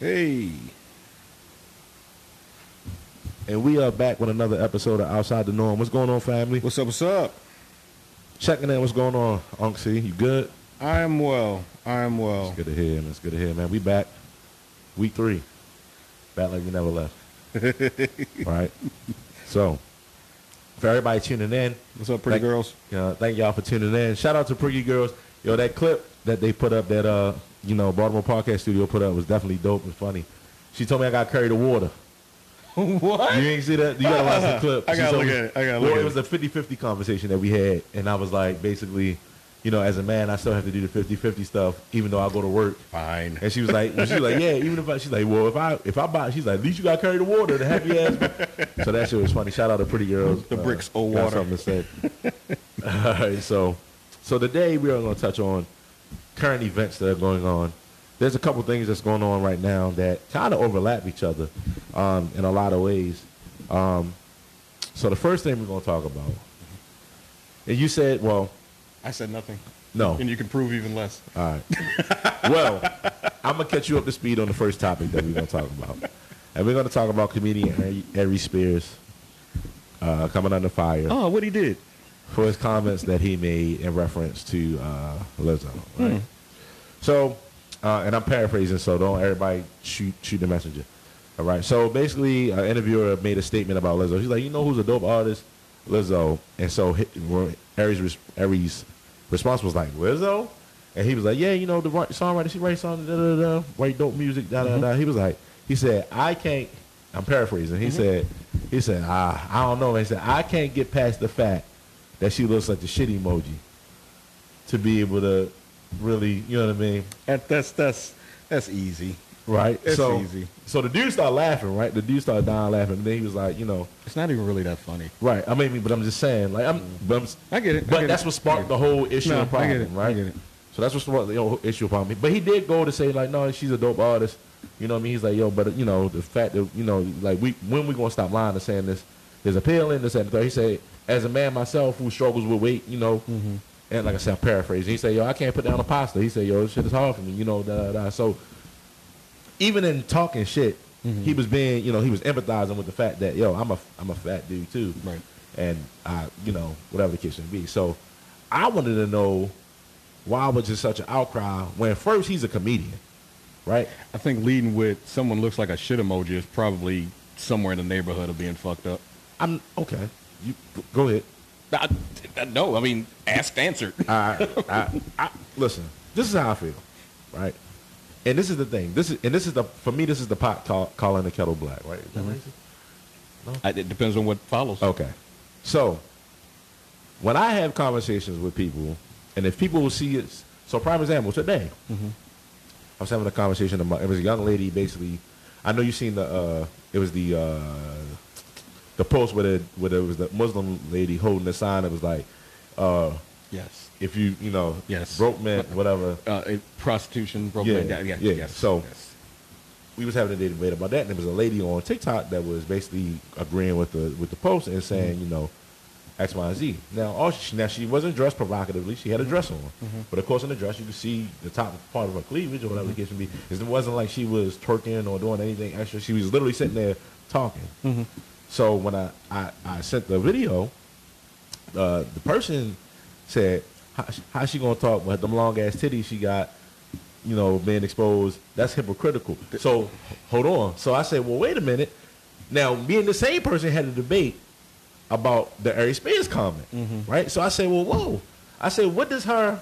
Hey. And we are back with another episode of Outside the Norm. What's going on, family? What's up? What's up? Checking in. What's going on, Unc C? You good? I am well. I am It's well. good to hear, man. It's good to hear, man. We back. Week three. Back like we never left. All right. So, for everybody tuning in, What's up, pretty Thank- girls? uh, thank y'all for tuning in. Shout out to Pretty Girls. Yo, that clip that they put up that, uh, you know, Baltimore Podcast Studio put up was definitely dope and funny. She told me I got carried the water. what? You ain't see that? You gotta watch the clip. I She gotta told look me- at it. I gotta well, look at it was it. a 50-50 conversation that we had, and I was like, basically, you know, as a man, I still have to do the 50-50 stuff, even though I go to work. Fine. And she was like, she was like, yeah, even if I, she's like, well, if I if I buy, she's like, at least you got carry the water, the happy ass. so that shit was funny. Shout out to Pretty Girls. Uh, The bricks owe got water. Something to say. All right, so so today we are going to touch on current events that are going on. There's a couple things that's going on right now that kind of overlap each other um, in a lot of ways. Um, so the first thing we're going to talk about, and you said, well, I said nothing, no, and you can prove even less. all right. well, I'm gonna catch you up to speed on the first topic that we're gonna talk about, and we're gonna talk about comedian Harry, Harry Spears uh, coming under fire Oh, what he did? for his comments that he made in reference to uh, Lizzo. Right? So, uh, and I'm paraphrasing, so don't everybody shoot shoot the messenger. All right. So basically, an interviewer made a statement about Lizzo. He's like, you know who's a dope artist, Lizzo. And so hi- well, Harry's res- Harry's response was like Lizzo, and he was like, yeah, you know the right songwriter, she writes songs, da da da, write dope music, da da da. He was like, he said, I can't. I'm paraphrasing. He said, he said, ah, I don't know. He said, I can't get past the fact that she looks like the shit emoji to be able to really, you know what I mean? That, that's that's that's easy. Right? It's so, easy. So the dude started laughing, right? The dude started dying laughing. And then he was like, you know, It's not even really that funny. right. I mean, but I'm just saying, like, I'm, but, I'm, Mm. I get it. I but get that's it. what sparked the whole issue No, and I problem, get it. I right? get it. So that's what sparked the whole issue and problem. But he did go to say, like, no, she's a dope artist. You know what I mean? He's like, yo, but, you know, the fact that, you know, like, we when we going to stop lying and saying this? There's appeal in this and the third. He said, as a man myself who struggles with weight, you know, Mm-hmm. and like I said, I'm paraphrasing. He said, yo, I can't put down a pasta. He said, yo, this shit is hard for me, you know, da, da, da. So even in talking shit, he was being, you know, he was empathizing with the fact that, yo, I'm a, I'm a fat dude too, Right. And I, you know, whatever the case may be. So, I wanted to know why was there such an outcry when first he's a comedian, right? I think leading with someone looks like a shit emoji is probably somewhere in the neighborhood of being fucked up. I'm okay. You go ahead. I, I- no, I mean asked answered. I, I, I, listen, this is how I feel, right? And this is the thing. This is and this is the for me. This is the pot call, calling the kettle black, right? Is that racist? I, it depends on what follows. Okay. So when I have conversations with people, and if people will see it, so prime example today, I was having a conversation about it was a young lady basically. I know you seen the uh, it was the uh, the post where the where it was the Muslim lady holding the sign that was like uh, Yes. if you you know Yes. broke man whatever Uh, it, prostitution, broke Yeah, yeah, yeah. Yes, So- yes. we was having a debate about that, and there was a lady on TikTok that was basically agreeing with the with the post and saying, you know, X, Y, and Z. Now, all she, now she wasn't dressed provocatively; she had a dress on, but of course, in the dress, you could see the top part of her cleavage or whatever the case may be. It wasn't like she was twerking or doing anything extra. She was literally sitting there talking. So when I, I I sent the video, uh, the person said, how, how she gonna talk with them long ass titties she got, you know, being exposed? That's hypocritical. So hold on. So I said, well, wait a minute. Now, me and the same person had a debate about the Ari Spears comment, right? So I said, well, whoa. I said, what does her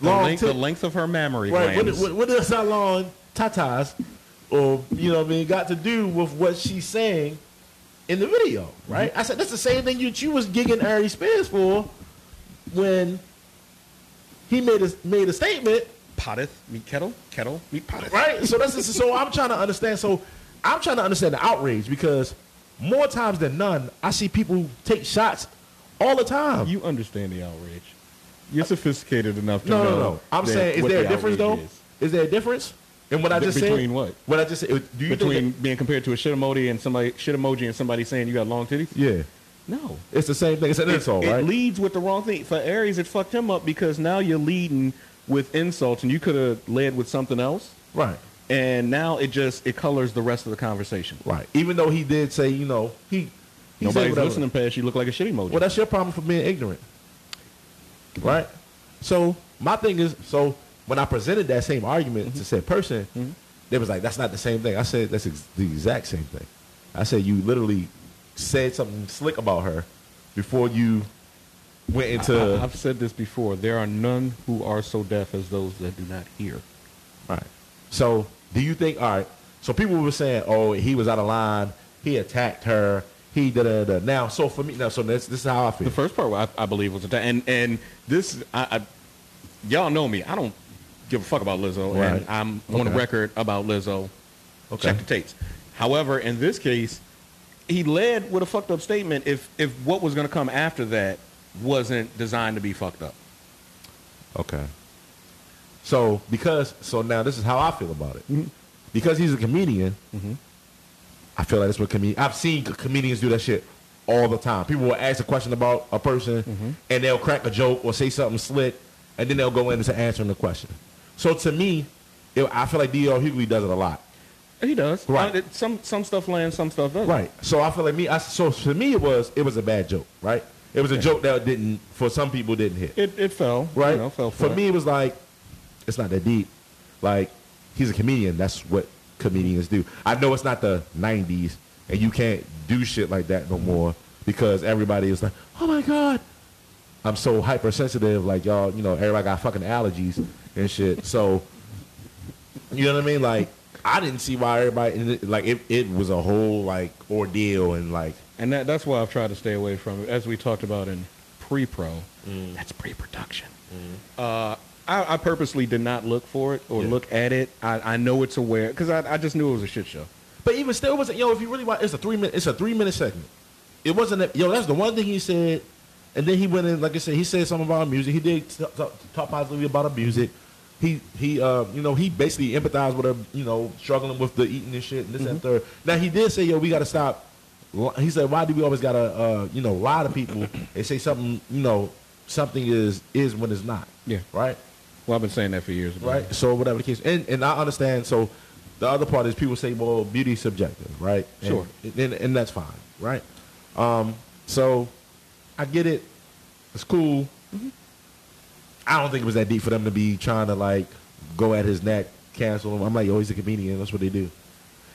The long length, tit- the length of her mammary Right. What, glands. what, what does our long tatas, or you know, what I mean, got to do with what she's saying in the video? Mm-hmm. Right. I said that's the same thing you you was gigging Ari Spears for when he made a made a statement. potteth meat kettle, kettle meat potteth. Right. So that's so I'm trying to understand. So I'm trying to understand the outrage because more times than none, I see people take shots all the time. You understand the outrage. You're sophisticated enough to No, know. no, no. I'm that- saying, is what there a the difference though? outrage Is. is. there a difference in what I Be- just said? between what? What I just said? Do you Between think being compared to a shit emoji and somebody shit emoji and somebody saying you got long titties? that- yeah, No. it's the same thing. It's an It, insult, it right? leads with the wrong thing. For Aries, it fucked him up because now you're leading with insults and you could have led with something else. right. and now it just it colors the rest of the conversation. Right. Even though he did say, you know, he, he said Nobody's whatever. listening past you. Look like a shitty emoji. Well, that's your problem for being ignorant, right? So my thing is, so when I presented that same argument to said person, Mm-hmm. they was like, "That's not the same thing." I said, "That's ex- the exact same thing." I said, "You literally said something slick about her before you went into." I, have said this before. There are none who are so deaf as those that do not hear. All right. So do you think? All right. So people were saying, "Oh, he was out of line. He attacked her. He da da da." Now, so for me, now, so this this is how I feel. The first part, I, I believe, was attack, and and this, I, I, y'all know me. I don't give a fuck about Lizzo, Right. and I'm on Okay. the record about Lizzo. Okay. Check the tapes. However, in this case, he led with a fucked up statement. If if what was going to come after that wasn't designed to be fucked up, Okay. So because so now this is how I feel about it. Because he's a comedian, I feel like that's what comedian. I've seen co- comedians do that shit all the time. People will ask a question about a person, and they'll crack a joke or say something slick, and then they'll go into answering the question. So to me, it, I feel like D.L. Hughley does it a lot. he does. Right. Uh, it- some some stuff lands, some stuff doesn't. Right. So I feel like me. I, so for me, it was it was a bad joke. Right. It was a joke that didn't for some people didn't hit. It it fell. right? You know, fell for flat. me, it was like, it's not that deep. Like, he's a comedian. That's what comedians do. I know it's not the 90s, and you can't do shit like that no more because everybody is like, oh my God, I'm so hypersensitive. Like, y'all, you know, everybody got fucking allergies and shit. So, you know what I mean? Like, I didn't see why everybody, and it- like, it, it was a whole, like, ordeal and, like, And that, that's why I've tried to stay away from it. As we talked about in pre-pro, that's pre-production. Uh, I, I purposely did not look for it or Yeah. look at it. I, I know it's aware because I, I just knew it was a shit show. But even still, it wasn't yo. If you really watch, it's a three minute. It's a three minute segment. It wasn't a, yo. That's the one thing he said, and then he went in. Like I said, he said something about music. He did t- t- talk positively about her music. He he, uh, you know, he basically empathized with her. You know, struggling with the eating and shit and this and third. Now he did say yo, we got to stop. li- He said, why do we always gotta uh, you know lie to people and say something you know something is is when it's not. Yeah. Right Well, I've been saying that for years. but- right? So whatever the case, and and I understand. So the other part is people say, well, beauty is subjective, right? And- Sure. and, and, that's fine, right? Um, so I get it. It's cool. I don't think it was that deep for them to be trying to like go at his neck, cancel him. I'm like, oh, he's a comedian. That's what they do.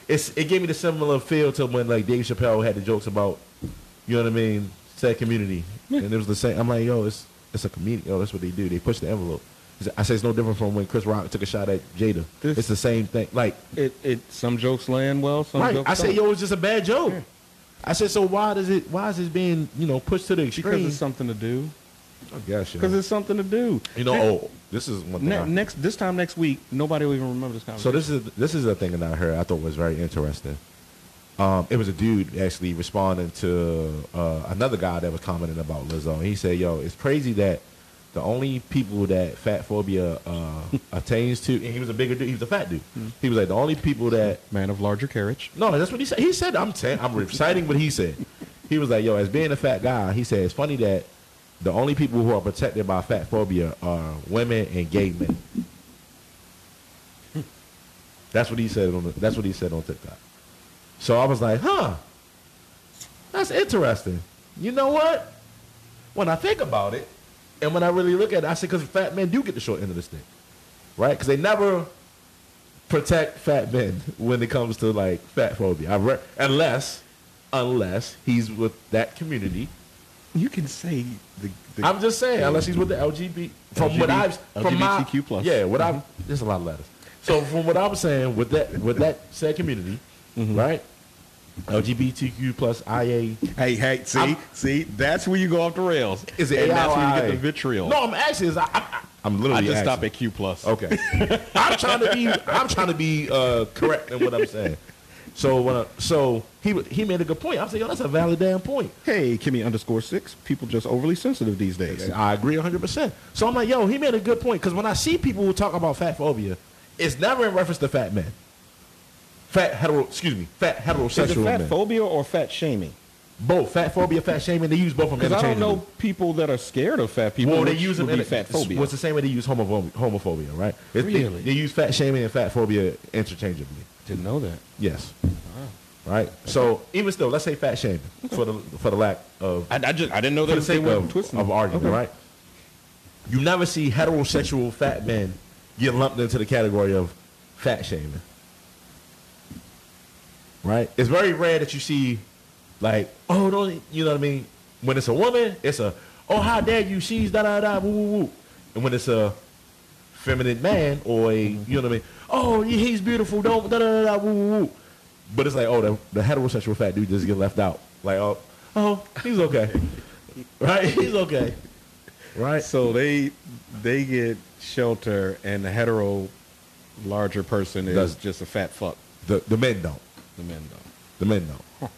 It's it gave me the similar feel to when like Dave Chappelle had the jokes about, you know what I mean, said community, and it was the same. I'm like, yo, it's it's a comedian. Yo, that's what they do. They push the envelope. I say it's no different from when Chris Rock took a shot at Jada. This- it's the same thing. Like It, it some jokes land well, some right. jokes I said, don't. yo, it's just a bad joke. I said, so why does it? Why is it being you know pushed to the extreme? because it's something to do. I guess, yo. Because it's something to do. you know, Ne- oh, this is one thing. ne- I- next this time next week, nobody will even remember this so conversation. this is this is a thing that I heard. I thought was very interesting. Um, it was a dude actually responding to uh, another guy that was commenting about Lizzo. And he said, "Yo, it's crazy that the only people that fat phobia uh, attains to, and he was a bigger dude. He was a fat dude. Mm-hmm. He was like the only people that man of larger carriage. No, that's what he said. He said, I'm i I'm reciting what he said. He was like, yo, as being a fat guy, he said, it's funny that the only people who are protected by fat phobia are women and gay men. That's what he said on the, that's what he said on TikTok. So I was like, huh, that's interesting. You know what? When I think about it, and when I really look at it, I say, because fat men do get the short end of the stick, right? Because they never protect fat men when it comes to like fat phobia. I re- unless, unless he's with that community. You can say the, the I'm just saying, unless he's with the LGBT. From what I've from my- LGBTQ plus. Mm-hmm. yeah, what I've there's a lot of letters. So from what I'm saying, with that with that said community, Mm-hmm. right? LGBTQ plus IA. Hey, hey, see, I'm- see, that's where you go off the rails. Is it and AI? that's where you get the vitriol. No, I'm asking. Is I, I, I'm I literally. just asking. stop at Q plus. Okay. I'm trying to be I'm trying to be uh, correct in what I'm saying. So when I, so he wa- he made a good point. I'm saying, yo, that's a valid damn point. Hey, Kimmy underscore six. People just overly sensitive these days. I agree 100. percent So I'm like, yo, he made a good point because when I see people who talk about fat phobia, it's never in reference to fat men, fat hetero. Excuse me, Is fat it heterosexual fat men. phobia or fat shaming? Both fat phobia, fat shaming. They use both of them Because I don't interchangeably. know people that are scared of fat people. Well, they which use them would in be fat phobia. What's the same way they use homophobia, homophobia right? It's- they- Really? They, use fat shaming and fat phobia interchangeably. Didn't know that. Yes. Ah. Right. So even still, let's say fat shaming for the for the lack of I, I just I didn't know for the that they sake were of, twisting of it. argument, Okay. right? You never see heterosexual fat men get lumped into the category of fat shaming. Right? It's very rare that you see like, oh no, you know what I mean? When it's a woman, it's a oh how dare you, she's da da da woo woo woo. And when it's a feminine man or a you know what I mean, oh he's beautiful, don't da da da da woo woo woo. But it's like, oh the, the heterosexual fat dude just get left out. Like oh oh he's okay. right? He's okay. Right? So they they get shelter, and the hetero larger person is Does- just a fat fuck. The the men don't. The men though. The men don't.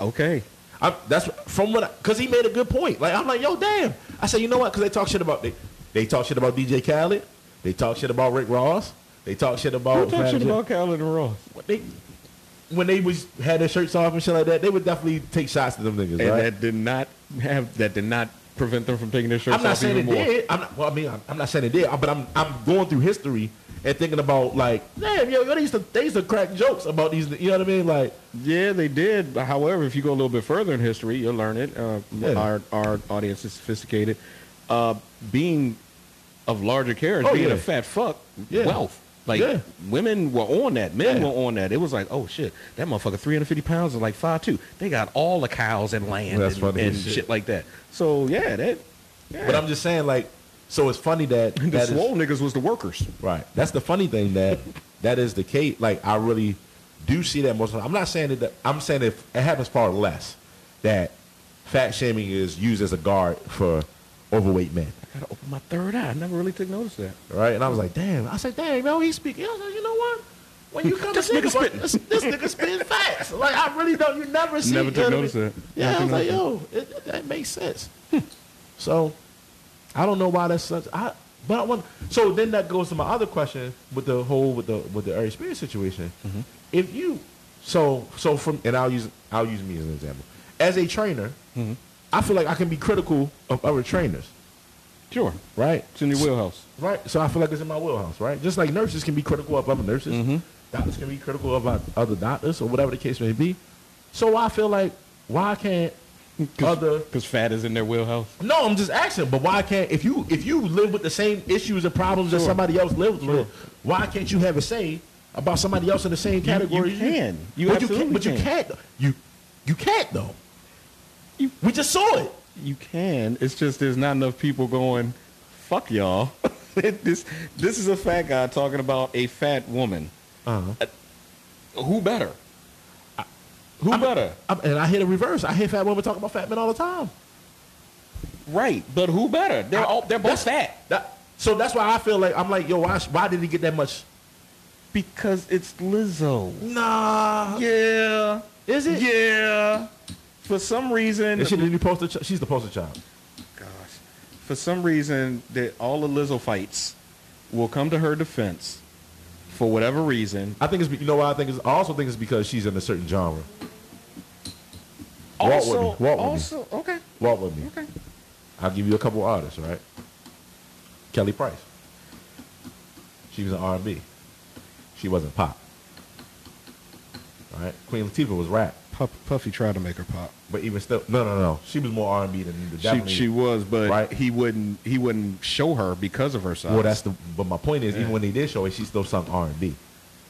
Okay. I, that's from what because he made a good point. Like I'm like, yo, damn. I said, you know what? Because they talk shit about they, they talk shit about DJ Khaled. They talk shit about Rick Ross. They talk shit Who about, talks shit about Calvin and Ross? They, when they was had their shirts off and shit like that. They would definitely take shots to them And niggas. right? that did not have that did not prevent them from taking their shirts I'm not off saying even it more. did. I'm not, well, I mean, I'm, I'm not saying it did, but I'm I'm going through history and thinking about like, damn, yo, yo, they used to they used to crack jokes about these. You know what I mean? Like, Yeah, they did. But However, if you go a little bit further in history, you'll learn it. Uh, Yeah. Our our audience is sophisticated. Uh, being of larger carriage, Oh, being yeah. a fat fuck, Yeah. wealth. Like Yeah. women were on that, men Yeah. were on that. It was like, oh shit, that motherfucker three hundred fifty pounds and like five two. They got all the cows and land That's and, funny and as shit. shit. like that. So yeah, that. Yeah. but I'm just saying like, so it's funny that the that is- swole niggas was the workers. Right. That's the funny thing that that is the case. Like I really do see that most. Of the time. I'm not saying that. that- I'm saying if it happens far less that fat shaming is used as a guard for overweight men. I gotta open my third eye. I never really took notice of that. Right. And I was like, damn. I said, damn, yo, he's speaking. I was like, you know what? When you come This to think nigga about spitting. this, this nigga spitting facts. Like I really don't. You never see. Never you took know what I notice mean? of that. Yeah. Never I was like, took yo, it, that makes sense. so I don't know why that's such. I but I want. So then that goes to my other question with the whole with the with the Ari Spears situation. Mm-hmm. If you so so from and I'll use I'll use me as an example as a trainer. Mm-hmm. I feel like I can be critical of other trainers, Sure, right? it's in your wheelhouse. Right. So I feel like it's in my wheelhouse, right? Just like nurses can be critical of other nurses, Mm-hmm. doctors can be critical of o- other doctors, or whatever the case may be. So I feel like why can't other Because fat is in their wheelhouse. no, I'm just asking, but why can't if you if you live with the same issues and problems that Sure. somebody else lives Sure. with, why can't you have a say about somebody else in the same category? as can. You but you absolutely can't. But you can. can't. though. You you can't though. You- we just saw it. You can. It's just there's not enough people going, fuck y'all. this this is a fat guy talking about a fat woman. Uh, Uh-huh. Who better? Who better? I'm, and I hear the reverse. I hear fat women talk about fat men all the time. Right, but who better? They're I- all they're both fat That, so that's why I feel like I'm like, yo, why, why did he get that much? because it's Lizzo. Nah, Yeah, is it? yeah. For some reason, Is she the new poster? Ch- she's the poster child. gosh, for some reason that all the Lizzo fights will come to her defense for whatever reason. I think it's be- you know why I think it's I also think it's because she's in a certain genre. Walk with Also, me, walk with me. also, okay, Walk with me. okay. I'll give you a couple artists, right? Kelly Price. She was an R&B. She wasn't pop. All right, Queen Latifah was rap, Puff, Puffy tried to make her pop. but even still, no, no, no. She was more R&B than She, definitely. she was, but Right. he wouldn't he wouldn't show her because of her size. Well, that's the. But my point is, Yeah. even when they did show it, she still sung R and B.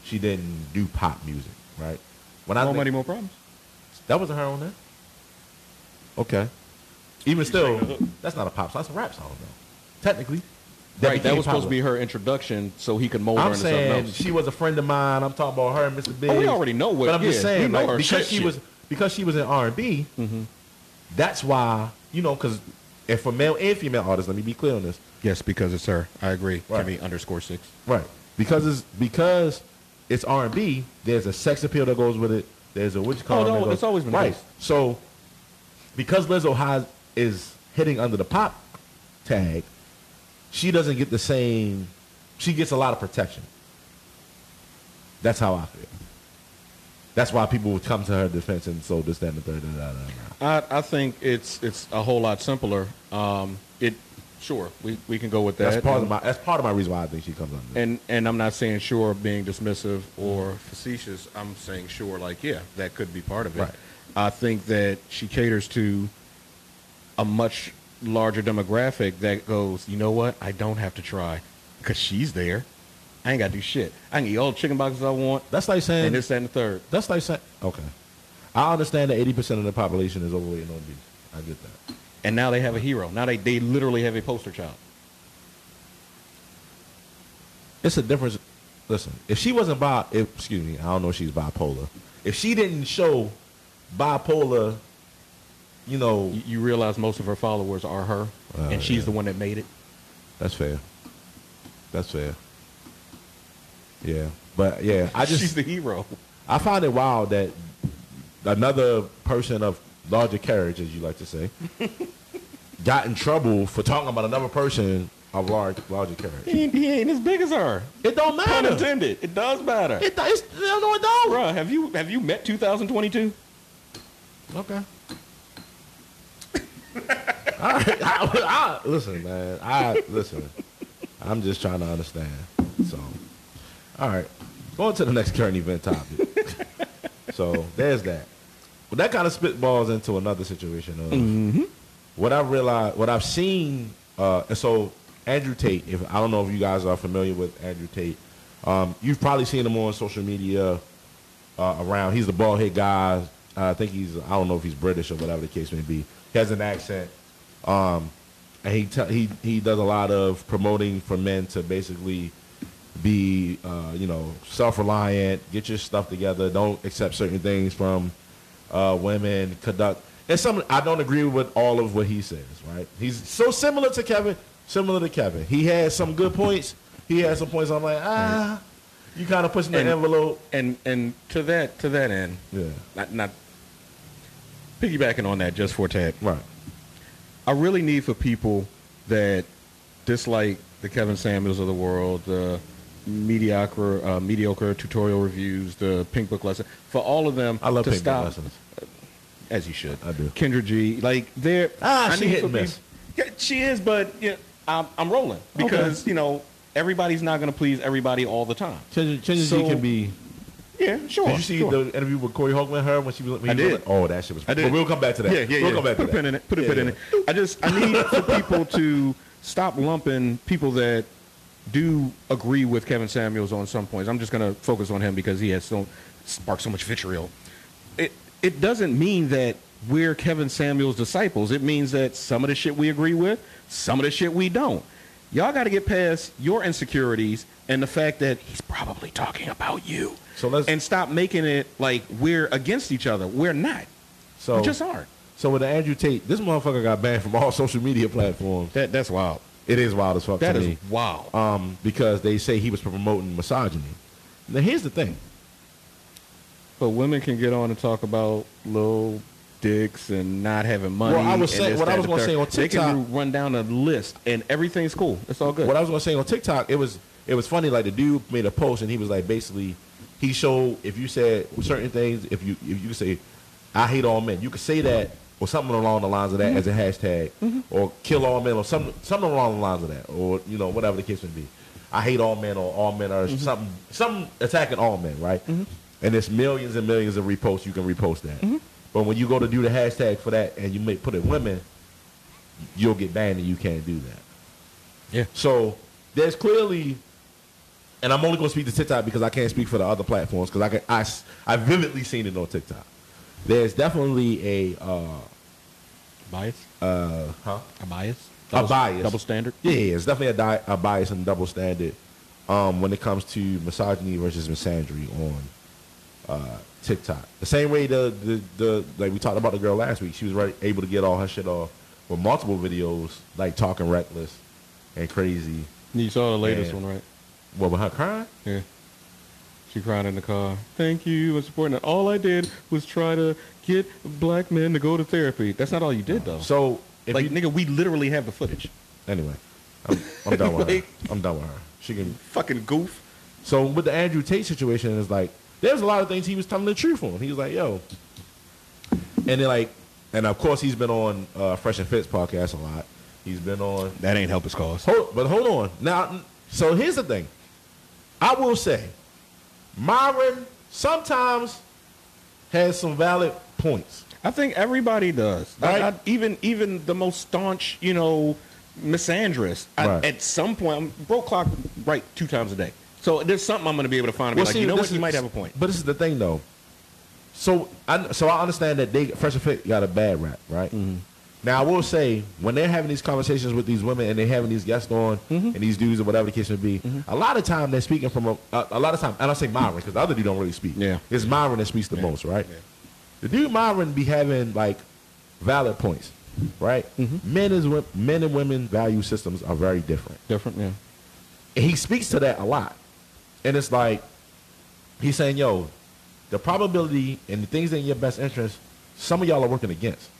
She didn't do pop music, right? When I more think- money, more problems. that wasn't her on there. Okay. Even still, that's not a pop song. That's a rap song, though. Technically, right, that became was supposed to be popular. her introduction, so he could mold her I'm into saying something else. she was a friend of mine. I'm talking about her and Mr. Big. Oh, we already know what- But I'm just yeah, saying, we know like, her because shit, she shit. Mm-hmm. was because she was in R and B. That's why you know because and for male and female artists, let me be clear on this. Yes, because it's her. I agree. Right. Kimmy underscore six. Right. Because it's because it's R and B. There's a sex appeal that goes with it. There's a witch column. Oh, no, that goes- it's always been right. based. So because Lizzo has, is hitting under the pop tag, she doesn't get the same. She gets a lot of protection. That's how I feel. That's why people would come to her defense and so this, that, and the third. Da, da, da, da. I, I think it's it's a whole lot simpler. Um, it sure we, we can go with that. That's part of And- my. That's part of my reason why I think she comes under. this. And and I'm not saying sure being dismissive or facetious. I'm saying sure like yeah, that could be part of it. Right. I think that she caters to a much larger demographic that goes, you know what? I don't have to try because she's there. I ain't got to do shit. I can eat all the chicken boxes I want that's like saying and this, that, and the third. That's like saying okay. I understand that eighty percent of the population is overweight and obese. I get that. And now they have a hero. Now they, they literally have a poster child. It's a difference. Listen, if she wasn't bi, if, excuse me, I don't know if she's bipolar. If she didn't show bipolar, you know, You, you realize most of her followers are her, Oh, and she's yeah. the one that made it. that's fair. That's fair. Yeah, but yeah, I just she's the hero. I find it wild that another person of larger carriage, as you like to say, got in trouble for talking about another person of large larger carriage. He ain't, he ain't as big as her. It don't Pun matter. It, intended. It does matter. do- it's, no, it don't. Bruh, have you have you met 2022? Okay. All right. I, I, listen, man. I listen. I'm just trying to understand. So, all right. Going to the next current event topic. so there's that. But that kind of spitballs into another situation of what I realized, what I've seen. Uh, and so Andrew Tate. If I don't know if you guys are familiar with Andrew Tate, um, you've probably seen him on social media uh, around. He's the bald head guy. Uh, I think he's. I don't know if he's British or whatever the case may be. He has an accent, um, and he te- he he does a lot of promoting for men to basically be, uh, you know, self reliant. Get your stuff together. Don't accept certain things from uh, women. Conduct. And some I don't agree with all of what he says. Right? He's so similar to Kevin. Similar to Kevin. He has some good points. He has some points. I'm like ah. You kind of pushing the And- envelope. And and to that to that end, Yeah. not not piggybacking on that just for a tad. Right. I really need for people that dislike the Kevin Samuels of the world, the mediocre uh, mediocre tutorial reviews, the pink book lesson. For all of them, I love to pink stop, book lessons. as you should. I do. Kendra G, like they're Ah, I she need hit for and miss. peop- Yeah, she is, but yeah, I'm, I'm rolling because you know everybody's not going to please everybody all the time. Chenji Chen So- can be. Yeah, sure. Did you see sure. the interview with Corey Holcomb and her when she was? When I he did. was like- oh, that shit was. I did. But we'll come back to that. Yeah, yeah, We'll yeah. come back Put to a pin that. in it. Put a Yeah, pin in yeah. it. I just I need for people to stop lumping people that do agree with Kevin Samuels on some points. I'm just going to focus on him because he has so sparked so much vitriol. It it doesn't mean that we're Kevin Samuels disciples. It means that some of the shit we agree with, some of the shit we don't. Y'all got to get past your insecurities and the fact that he's probably talking about you. So let's- and stop making it like we're against each other. We're not. So we just aren't. So with the Andrew Tate, this motherfucker got banned from all social media platforms. That that's wild. It is wild as fuck That to is me. wild. Um, because they say he was promoting misogyny. Now here's the thing. but women can get on and talk about little dicks and not having money. Well, I was and saying- this, what I that, was the gonna third. say on They TikTok- can run down a list and everything's cool. It's all good. What I was gonna say on TikTok, it was it was funny. Like the dude made a post and he was like, basically, he showed if you said certain things, if you if you say, I hate all men, you could say that or something along the lines of that as a hashtag, or kill all men or something something along the lines of that, or you know whatever the case may be. I hate all men or all men or something something attacking all men, right? And it's millions and millions of reposts. You can repost that. But when you go to do the hashtag for that and you may put it women, you'll get banned and you can't do that. Yeah. So there's clearly, and I'm only going to speak to TikTok because I can't speak for the other platforms because I can I s- I vividly seen it on TikTok. There's definitely a uh, bias? uh huh A bias? A bias. Double standard? yeah, yeah, it's definitely a, di- a bias and double standard um, when it comes to misogyny versus misandry on uh, TikTok. The same way the, the the like we talked about the girl last week, she was right, able to get all her shit off with multiple videos like talking reckless and crazy. You saw the latest Yeah. one, right? What with her crying? Yeah. She cried in the car. Thank you for supporting it. All I did was try to get black men to go to therapy. That's not all you did though. So if like you, nigga, we literally have the footage. Anyway, I'm, I'm done with her. Like- I'm done with her. She can. Fucking goof. So with the Andrew Tate situation, it's like There's a lot of things he was telling the truth on. He was like, yo. And then like, and of course he's been on uh, Fresh and Fitz podcast a lot. He's been on That ain't help his cause. Hold, but hold on. Now, so here's the thing. I will say, Myron sometimes has some valid points. I think everybody does. I- Right. I- even even the most staunch, you know, misandrist. I, Right. At some point, I'm broke clock right two times a day. So there's something I'm going to be able to find. And be like, you know this what? You is- might have a point. But this is the thing, though. So I so I understand that they Fresh and Fit got a bad rap, right? Mm-hmm. Now I will say when they're having these conversations with these women and they're having these guests on Mm-hmm. and these dudes or whatever the case may be, a lot of time they're speaking from a, a, a lot of time. And I say Myron because the other dude don't really speak. Yeah. it's Myron that speaks the most, right? The dude Myron be having like valid points, right? Mm-hmm. Men is wo- men and women value systems are very different. Different, yeah. And he speaks to that a lot. And it's like he's saying, yo, the probability and the things in your best interest, some of y'all are working against.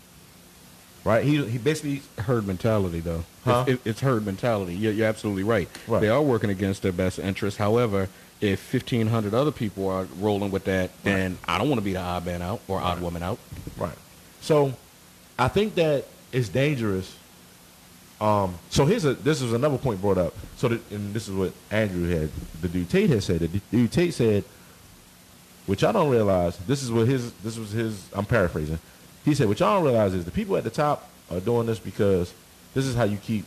Right? He he basically herd mentality, though. Huh? It's, it, it's herd mentality. You're, you're absolutely right. Right. They are working against their best interests. However, if 1,500 other people are rolling with that, then I don't want to be the odd man out or odd woman out. Right. So I think that it's dangerous. Um, so here's a this is another point brought up. So the, and this is what Andrew had the dude Tate had said. The dude Tate said, which I don't realize. This is what his this was his. I'm paraphrasing. He said, what y'all don't realize is the people at the top are doing this because this is how you keep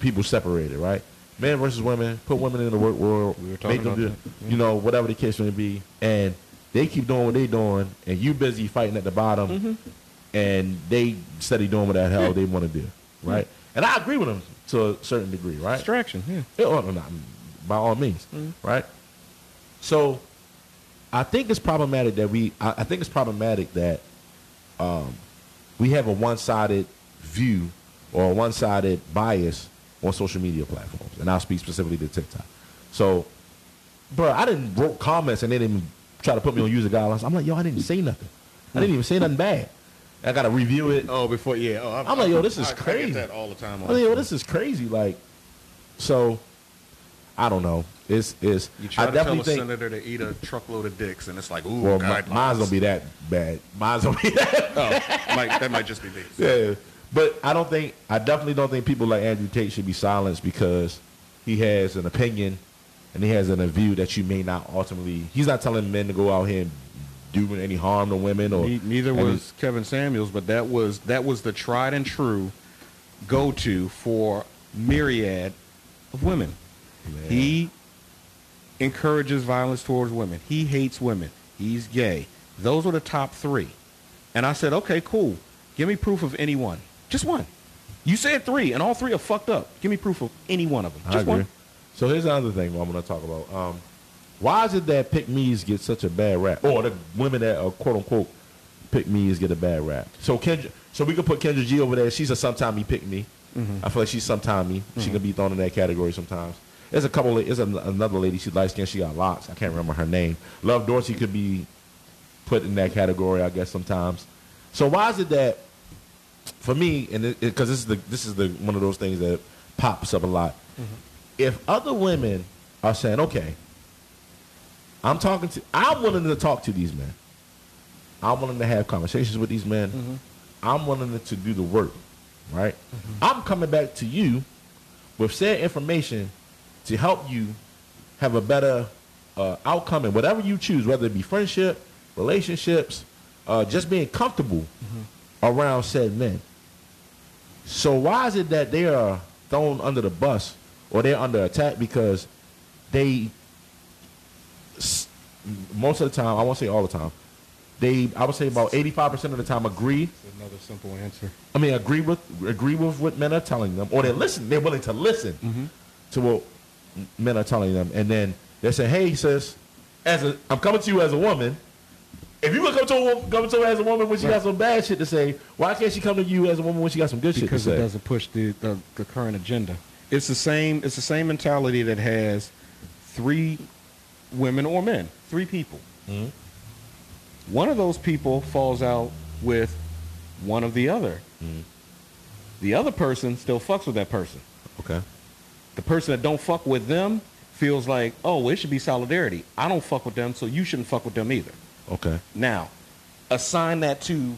people separated, right? Men versus women, put women in the work world, We were talking make them about do, you know, whatever the case may be, and they keep doing what they doing, and you busy fighting at the bottom, and they steady doing what the hell they want to do, right? And I agree with them to a certain degree, right? Distraction, yeah. Yeah, well, no, not- by all means, right? So, I think it's problematic that we. I, I think it's problematic that um, we have a one-sided view or a one-sided bias on social media platforms, and I'll speak specifically to TikTok. So, bro, I didn't broke comments and they didn't even try to put me on user guidelines. I'm like, yo, I didn't say nothing. I didn't even say nothing bad. I got to review it. Oh, before, yeah. Oh, I'm like, yo, this is crazy. all the time. I mean, yo, this is crazy. Like, so I don't know. It's it's. You try I to tell definitely a think. senator to eat a truckload of dicks, and it's like, ooh, Well, mi- guidelines. mine's don't be that bad. Mine's don't be that. Oh, like, that might just be me. yeah, but I don't think. I definitely don't think people like Andrew Tate should be silenced because he has an opinion and he has an, a view that you may not ultimately. He's not telling men to go out here and do any harm to women or Ne- neither any- was Kevin Samuels, but that was that was the tried and true go-to for myriad of women. Man. He encourages violence towards women. He hates women. He's gay. Those were the top three. And I said, okay, cool. Give me proof of any one. Just one. You said three, and all three are fucked up. Give me proof of any one of them. I Just agree. one. So here's another thing I'm going to talk about. Um, why is it that pick me's get such a bad rap, or the women that are quote unquote pick me's get a bad rap? So Kendra, so we could put Kendra G over there. She's a sometime me pick me. Mm-hmm. I feel like she's sometime me. She can be thrown in that category sometimes. There's a couple. Of, there's an another lady. She's light skinned. She got locks. I can't remember her name. Love Dorsey could be put in that category, I guess sometimes. So why is it that for me, and because this is the this is the one of those things that pops up a lot. If other women are saying, "Okay, I'm talking to, I'm willing to talk to these men. I'm willing to have conversations with these men. I'm willing to do the work, right? I'm coming back to you with said information to help you have a better uh, outcome in whatever you choose, whether it be friendship, relationships, uh, just being comfortable around said men. So why is it that they are thrown under the bus or they're under attack because they s- most of the time, I won't say all the time, they I would say about 85% of the time agree Another simple answer. I mean, agree with agree with what men are telling them, or they listen. They're willing to listen Mm-hmm. to what men are telling them, and then they say, "Hey, sis, as a I'm coming to you as a woman. If you would come to a, wo- come to her as a woman when she got some bad shit to say, why can't she come to you as a woman when she got some good because shit it to say?" doesn't push the, the, the current agenda. It's the same. It's the same mentality that has three women or men, three people. One of those people falls out with one of the other. The other person still fucks with that person. Okay, The person that don't fuck with them feels like, oh, well, it should be solidarity. I don't fuck with them, so you shouldn't fuck with them either. Okay. Now, assign that to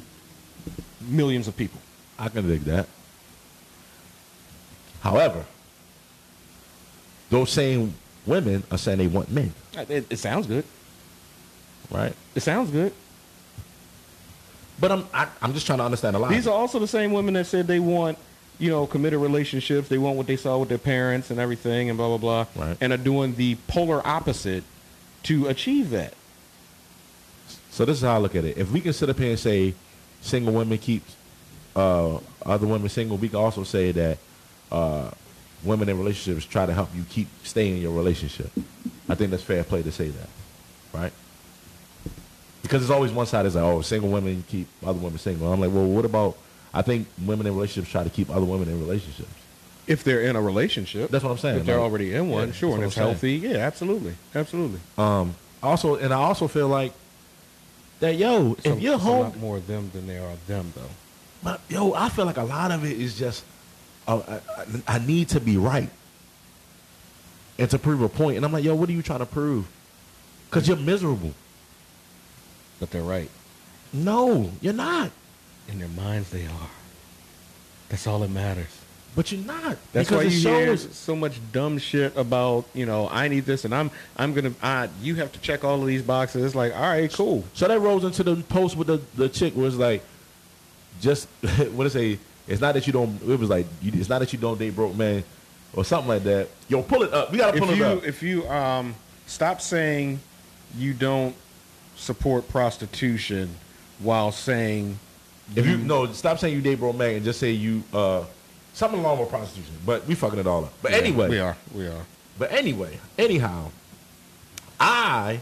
millions of people. I can dig that. However, those same women are saying they want men, It, it sounds good. right? It sounds good. But I'm I, I'm just trying to understand a lot. These are also the same women that said they want, you know, committed relationships. They want what they saw with their parents and everything, and blah blah blah. Right. And are doing the polar opposite to achieve that. so this is how I look at it. If we can sit up here and say single women keep uh, other women single, we can also say that uh, women in relationships try to help you keep staying in your relationship. I think that's fair play to say that, right? Because it's always one side is like, oh, single women keep other women single. I'm like, well, what about? I think women in relationships try to keep other women in relationships. If they're in a relationship, That's what I'm saying. If they're Like, already in one, yeah, sure, that's and what it's I'm saying. healthy, yeah, absolutely, absolutely. Um, also, and I also feel like that, yo, So- if you're it's a home, lot more of them than there are them, though. but, yo, I feel like a lot of it is just, uh, I, I- I need to be right and to prove a point. And I'm like, yo, what are you trying to prove? Because you're miserable. But they're right No, you're not. in their minds. They are. That's all that matters. But you're not. That's because why it you shows. hear so much dumb shit about you know I need this and I'm I'm gonna I, you have to check all of these boxes. It's like all right, cool. So that rolls into the post with the, the chick was like, just what it say? It's not that you don't. It was like you, it's not that you don't date broke men or something like that. Yo, pull it up. We gotta pull If it you up. if you um stop saying you don't support prostitution while saying If Mm-hmm. you no, stop saying you date bro man and just say you uh something along with prostitution. But we fucking it all up. But anyway, we are we are But anyway, anyhow, I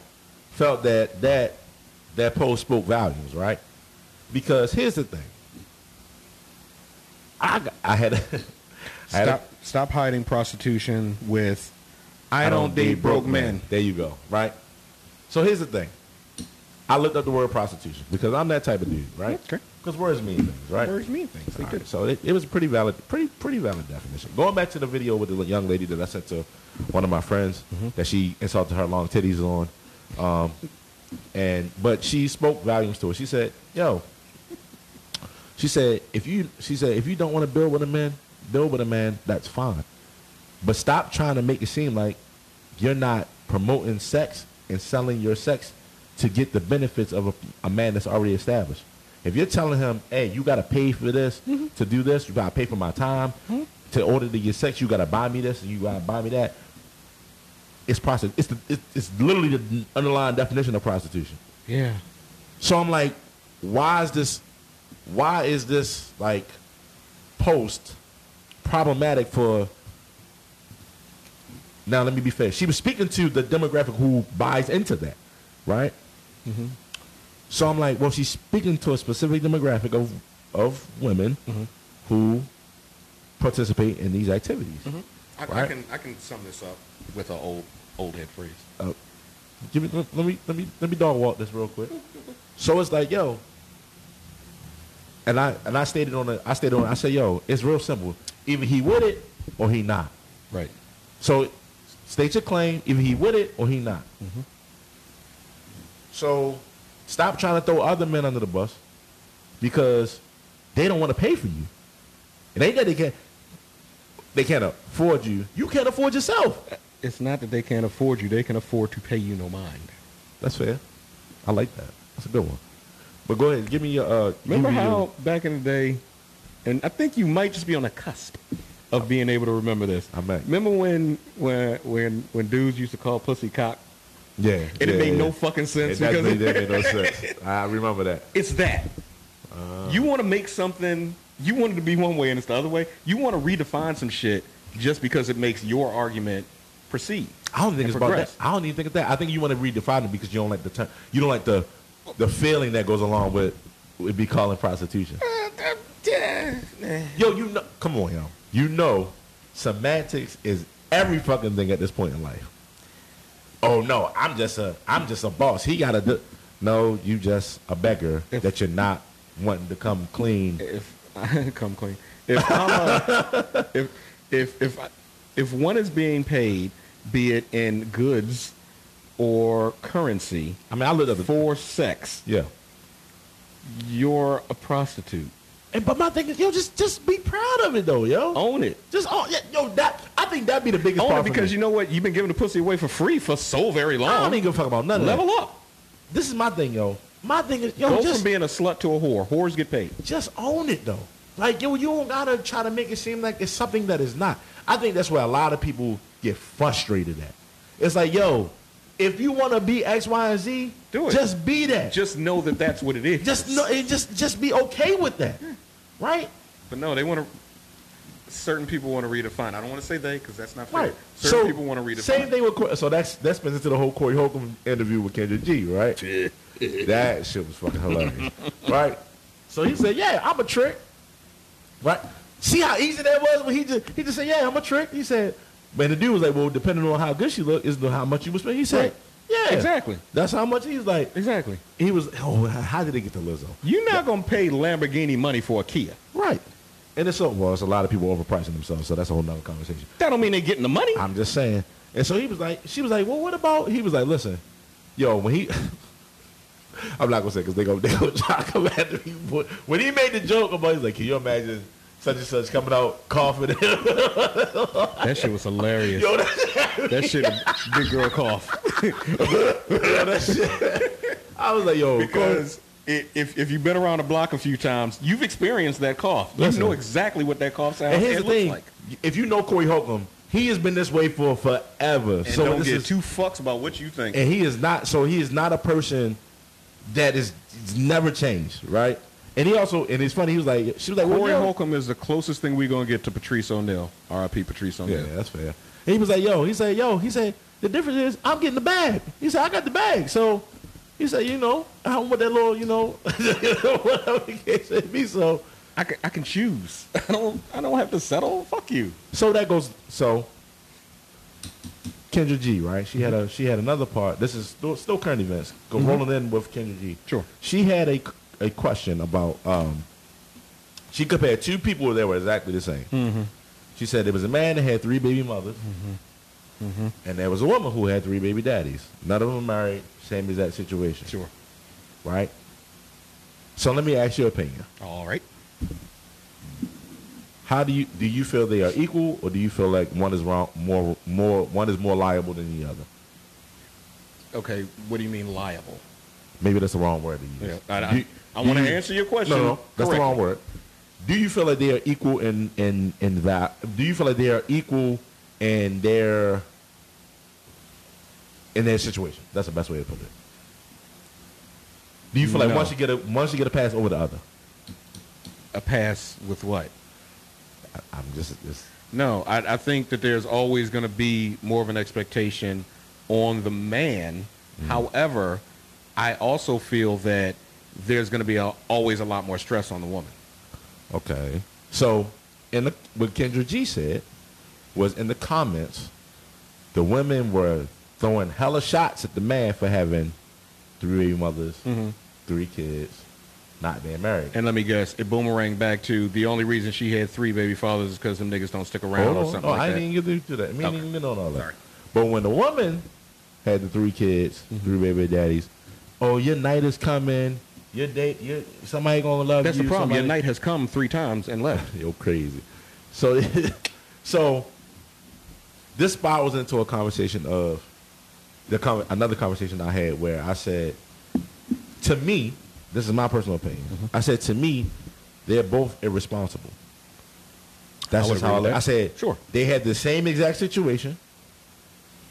felt that that that post spoke volumes, right? Because here's the thing. I got- I had, I had a- stop stop hiding prostitution with I, don't, date, broke men. There you go. Right. So here's the thing. I looked up the word prostitution because I'm that type of dude, right? Okay. Because words mean things, right? Words mean things. They All do. right, so it, it was a pretty valid, pretty pretty valid definition. Going back to the video with the young lady that I sent to one of my friends that she insulted her long titties on, um, and but she spoke volumes to it. She said, "Yo," she said, "if you," she said, "if you don't want to build with a man, build with a man. That's fine, but stop trying to make it seem like you're not promoting sex and selling your sex to get the benefits of a, a man that's already established. If you're telling him, hey, you got to pay for this to do this, you got to pay for my time to order to get sex, you got to buy me this, you got to buy me that. It's prostitution. It's, the, it's, it's literally the underlying definition of prostitution. Yeah, So I'm like, why is this? Why is this like post problematic for? Now let me be fair. She was speaking to the demographic who buys into that, right? So I'm like, well, she's speaking to a specific demographic of of women who participate in these activities. I, I Right. can I can sum this up with an old old head phrase. Uh, give me, let, let me let me let me dog walk this real quick. So it's like, yo, and I and I stated on the I stated on I said, yo, it's real simple. Either he with it or he not. right. So state your claim. Either he with it or he not. So stop trying to throw other men under the bus because they don't want to pay for you. It ain't that they can't they can't afford you. You can't afford yourself. It's not that they can't afford you; they can afford to pay you no mind. That's fair. I like that. That's a good one. But go ahead, give me your. Uh, Remember give me how Your, back in the day, and I think you might just be on the cusp of being able to remember this. I might. Remember when when when when dudes used to call pussy cock, yeah, and yeah, it made yeah. no fucking It sense that made, because that made no sense. I remember that. it's that. Uh-huh. you want to make something. You want it to be one way, and it's the other way. You want to redefine some shit just because it makes your argument proceed. I don't think and it's about that. progress. I don't even think of that. I think you want to redefine it because you don't like the term. You don't like the the feeling that goes along with it be calling prostitution. Yo, you know, come on, yo, you know, semantics is every fucking thing at this point in life. Oh no, I'm just a I'm just a boss. He gotta do. No, you just a beggar If- that you're not wanting to come clean. if I come uh, clean, if I'm a, if if if I, if one is being paid be it in goods or currency, I mean, I looked up. the- for sex, yeah. you're a prostitute. And, but my thing is, yo, just just be proud of it though, yo. Own it. Just oh, yeah, yo, that I think that'd be the biggest Own part it because you know what? You've been giving the pussy away for free for so very I don't long. even give a fuck about none of that. Level up. This is my thing, yo. My thing is, yo, Go just from being a slut to a whore. Whores get paid. just own it though. Like yo, you don't gotta try to make it seem like it's something that is not. I think that's where a lot of people get frustrated at. It's like, yo, if you wanna be X, Y, and Z, Do it. Just be that. Just, Just know that that's what it is. no, and just just be okay with that, right? But no, they want to. Certain people want to redefine. I don't want to say they because that's not fair. Right. Certain so people want to redefine. Same thing with Cor- so that's that's been into the whole Corey Holcomb interview with Kendra G, right? that shit was fucking hilarious, right? So he said, "Yeah, I'm a trick." Right? See how easy that was when he just he just said, "Yeah, I'm a trick." He said, "Man, the dude was like, well, depending on how good she looked, is how much you would spend." He said, Right. "Yeah, Exactly. That's how much he's like." Exactly. He was, "Oh, how did they get to Lizzo?" You're not gonna pay Lamborghini money for a Kia. Right? And it's so well, it's a lot of people overpricing themselves, so that's a whole nother conversation. That don't mean they're getting the money. I'm just saying. And so he was like, she was like, well, what about? He was like, listen, yo, when he, I'm not gonna say because they gonna they gonna try to come after me. But when he made the joke about, he's like, can you imagine such and such coming out coughing? Ah, That shit was hilarious. yo, that, that shit, big girl cough. yo, that shit. I was like, yo, Because i if if you've been around the block a few times, you've experienced that cough. Listen. You know exactly what that cough sounds and here's and the looks thing: like. if you know Corey Holcomb, he has been this way for forever. And so don't this get is, two fucks about what you think. and he is not so he is not a person that is it's never changed right and he also and it's funny he was like she was like well, Corey yo- Holcomb is the closest thing we're gonna get to Patrice O'Neill. R.I.P. Patrice yeah O'Neill. that's fair and he was like yo he said yo he said the difference is i'm getting the bag he said i got the bag so he said you know i don't want that little you know whatever the case may be so I can I can choose. I don't I don't have to settle. Fuck you. So that goes. So Kendra G, right? She had a she had another part. This is still, still current events. Go rolling in with Kendra G. Mm-hmm. Sure. She had a a question about. um She compared two people that were exactly the same. Mm-hmm. She said there was a man that had three baby mothers, Mm-hmm. and there was a woman who had three baby daddies. None of them married. Same exact situation. Sure. Right. So let me ask your opinion. All right. How do you do you feel they are equal, or do you feel like one is wrong more more one is more liable than the other? Okay. What do you mean liable? Maybe that's the wrong word to use. Yeah, I, Do- I, I want to do you- answer your question. No, no, that's the correctly. wrong word. Do you feel like they are equal in in in that? Do you feel like they are equal in their in their situation? That's the best way to put it. Do you feel like No. once you get a once you get a pass over the other? A pass with what? I, I'm just, just No, I, I think that there's always going to be more of an expectation on the man. Mm-hmm. However, I also feel that there's going to be a, always a lot more stress on the woman. Okay. So, in the, what Kendra G said was in the comments, the women were throwing hella shots at the man for having three mothers, three kids, not being married. Mm-hmm. And let me guess, it boomerang back to the only reason she had three baby fathers is because them niggas don't stick around Hold or on. something No, like I that. didn't get to do that. Me Okay. didn't get on all that. Sorry. But when the woman had the three kids, Mm-hmm. three baby daddies, oh, your night is coming. Your date, your somebody gonna love That's you. the problem. Your somebody- night has come three times and left. Yo, crazy. So, so this spirals into a conversation of the con- another conversation I had where I said, to me, this is my personal opinion. Mm-hmm. I said to me, they're both irresponsible. That's I would just how I, agree with look. I said. Sure. They had the same exact situation.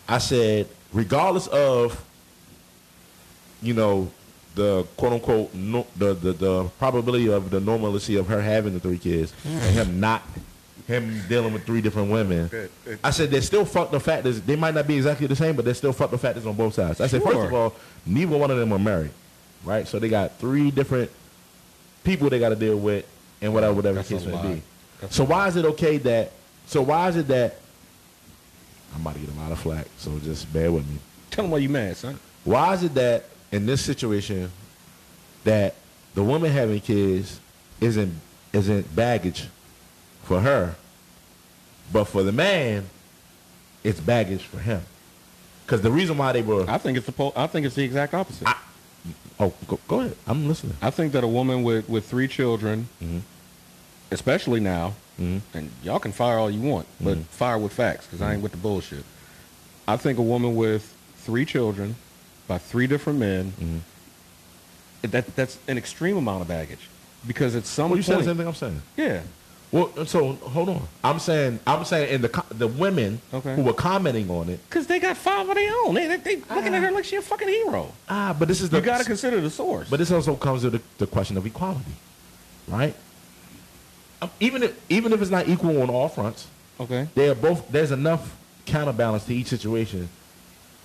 I said, regardless of, you know, the quote unquote no, the, the the probability of the normalcy of her having the three kids and him not him dealing with three different women. Good. It- I said they're still fucked the factors. They might not be exactly the same, but they're still fucked the factors on both sides. I said first Sure. of all, neither one of them are married, right? So they got three different people they got to deal with and whatever whatever the That's a case may lot. be. That's So why is it okay that? So why is it that? I'm about to get a lot of flack, so just bear with me. Tell them why you mad, son. Why is it that in this situation that the woman having kids isn't isn't baggage for her, but for the man, it's baggage for him. Because the reason why they were I think it's the po- I think it's the exact opposite. I, oh go, go ahead, I'm listening. think that a woman with with three children, Mm-hmm. especially now, and y'all can fire all you want, but Mm-hmm. fire with facts because I ain't with the bullshit. I think a woman with three children by three different men, that that's an extreme amount of baggage because at some Mm-hmm. Well, you said the point, same thing I'm saying. yeah, Well, so hold on. I'm saying I'm saying in the co- the women Okay. who were commenting on it. because they got five of their own. They they, they looking at her like she a fucking hero. Ah, but this is the You got to consider the source. But this also comes to the, the question of equality, right? Um, even if even if it's not equal on all fronts, okay, they are both. There's enough counterbalance to each situation,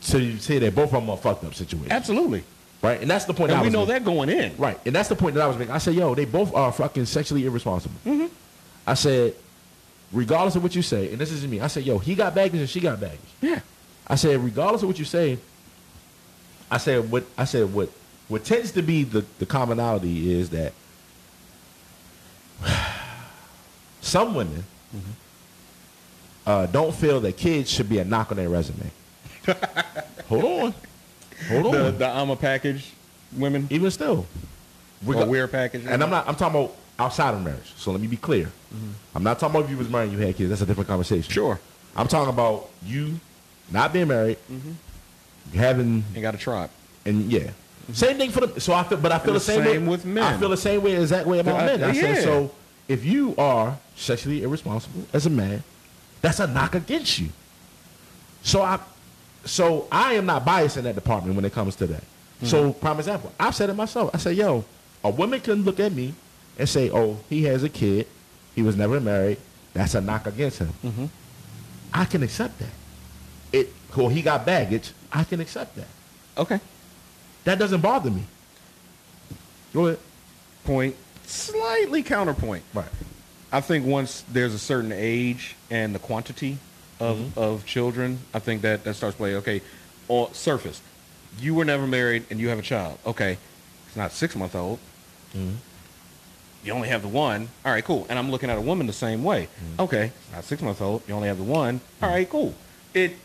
so you say that both of them are fucked up situations, absolutely, right? And that's the point. and I we was know that making. going in. right? And that's the point that I was making. I said, yo, they both are fucking sexually irresponsible. Mm-hmm. I said, regardless of what you say, and this isn't me. I said, yo, he got baggage and she got baggage. Yeah. I said, regardless of what you say, I said what I said what what tends to be the, the commonality is that some women Mm-hmm. uh, don't feel that kids should be a knock on their resume. Hold on. Hold on. the, the I'm a package women Even still. we got- or we're a package. and I'm not I'm talking about outside of marriage. So let me be clear. I'm not talking about if you was married and you had kids. That's a different conversation. Mm-hmm. sure. I'm talking about you not being married, having Ain't got a tribe. and yeah. Same thing for the so I feel but I feel And the, the same, same way with men. I feel the same way exact way about I- men. I yeah. said so if you are sexually irresponsible as a man, that's a knock against you. So I so I am not biased in that department when it comes to that. Hmm. So prime example, I've said it myself. I said, yo, a woman can look at me and say, Oh, he has a kid, he was never married, that's a knock against him. Mm-hmm. I can accept that. It well, he got baggage, I can accept that. Okay. That doesn't bother me. Go ahead. Point. Slightly counterpoint. Right. I think once there's a certain age and the quantity of, of children, I think that that starts playing. Okay, on surface, you were never married and you have a child. Okay, it's not six month old. Mm-hmm. You only have the one. All right, cool. And I'm looking at a woman the same way. Okay, it's not six month old. You only have the one. All right, cool. It.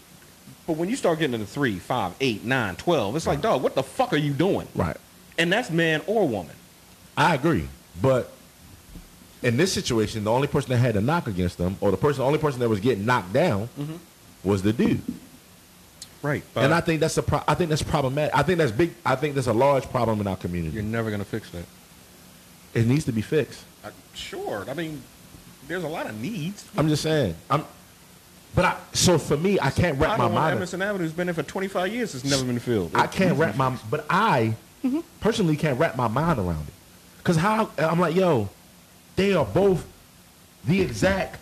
But when you start getting into three, five, eight, nine, twelve, it's like, dog, what the fuck are you doing? Right. And that's man or woman. I agree. But in this situation, the only person that had a knock against them, or the person, the only person that was getting knocked down, was the dude. Right. and I think that's a pro- I think that's problematic. I think that's big. I think that's a large problem in our community. you're never gonna fix that. It needs to be fixed. Uh, sure. I mean, there's a lot of needs. I'm just saying. I'm. But I so for me, I can't wrap I my know on mind. Emerson Avenue's been there for 25 years. It's never been filled. I can't wrap my, but I personally can't wrap my mind around it. Cause how I'm like, yo, they are both the exact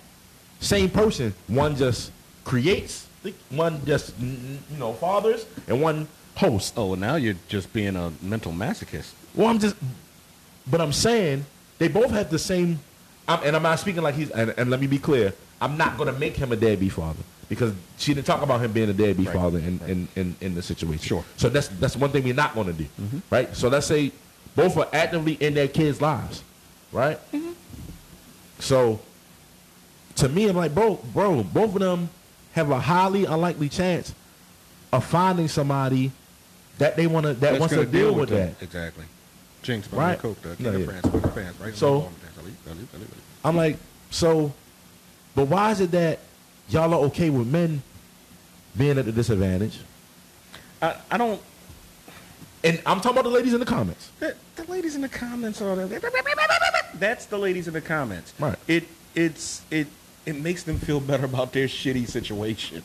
same person. One just creates, one just n- n- you know fathers, and one hosts. oh, well, now you're just being a mental masochist. Well, I'm just, but I'm saying they both have the same. I'm, and I'm not speaking like he's. And, and let me be clear, I'm not going to make him a deadbeat father because she didn't talk about him being a deadbeat Right, father in, in, in, in the situation. Sure. Mm-hmm. So that's that's one thing we're not going to do, right? So let's say both are actively in their kids' lives, right? So to me, I'm like, bro, bro, both of them have a highly unlikely chance of finding somebody that they want to that wants to gonna deal with that. Exactly. Jinx, but Right? right? Coke, the king No, of yeah. France, put the pants, right? So- Oh, I leave, I leave, I leave, I leave. I'm like, so, but why is it that y'all are okay with men being at a disadvantage? I, I don't. And I'm talking about the ladies in the comments. The, the ladies in the comments are. That's the ladies in the comments. Right. It it's it it makes them feel better about their shitty situation.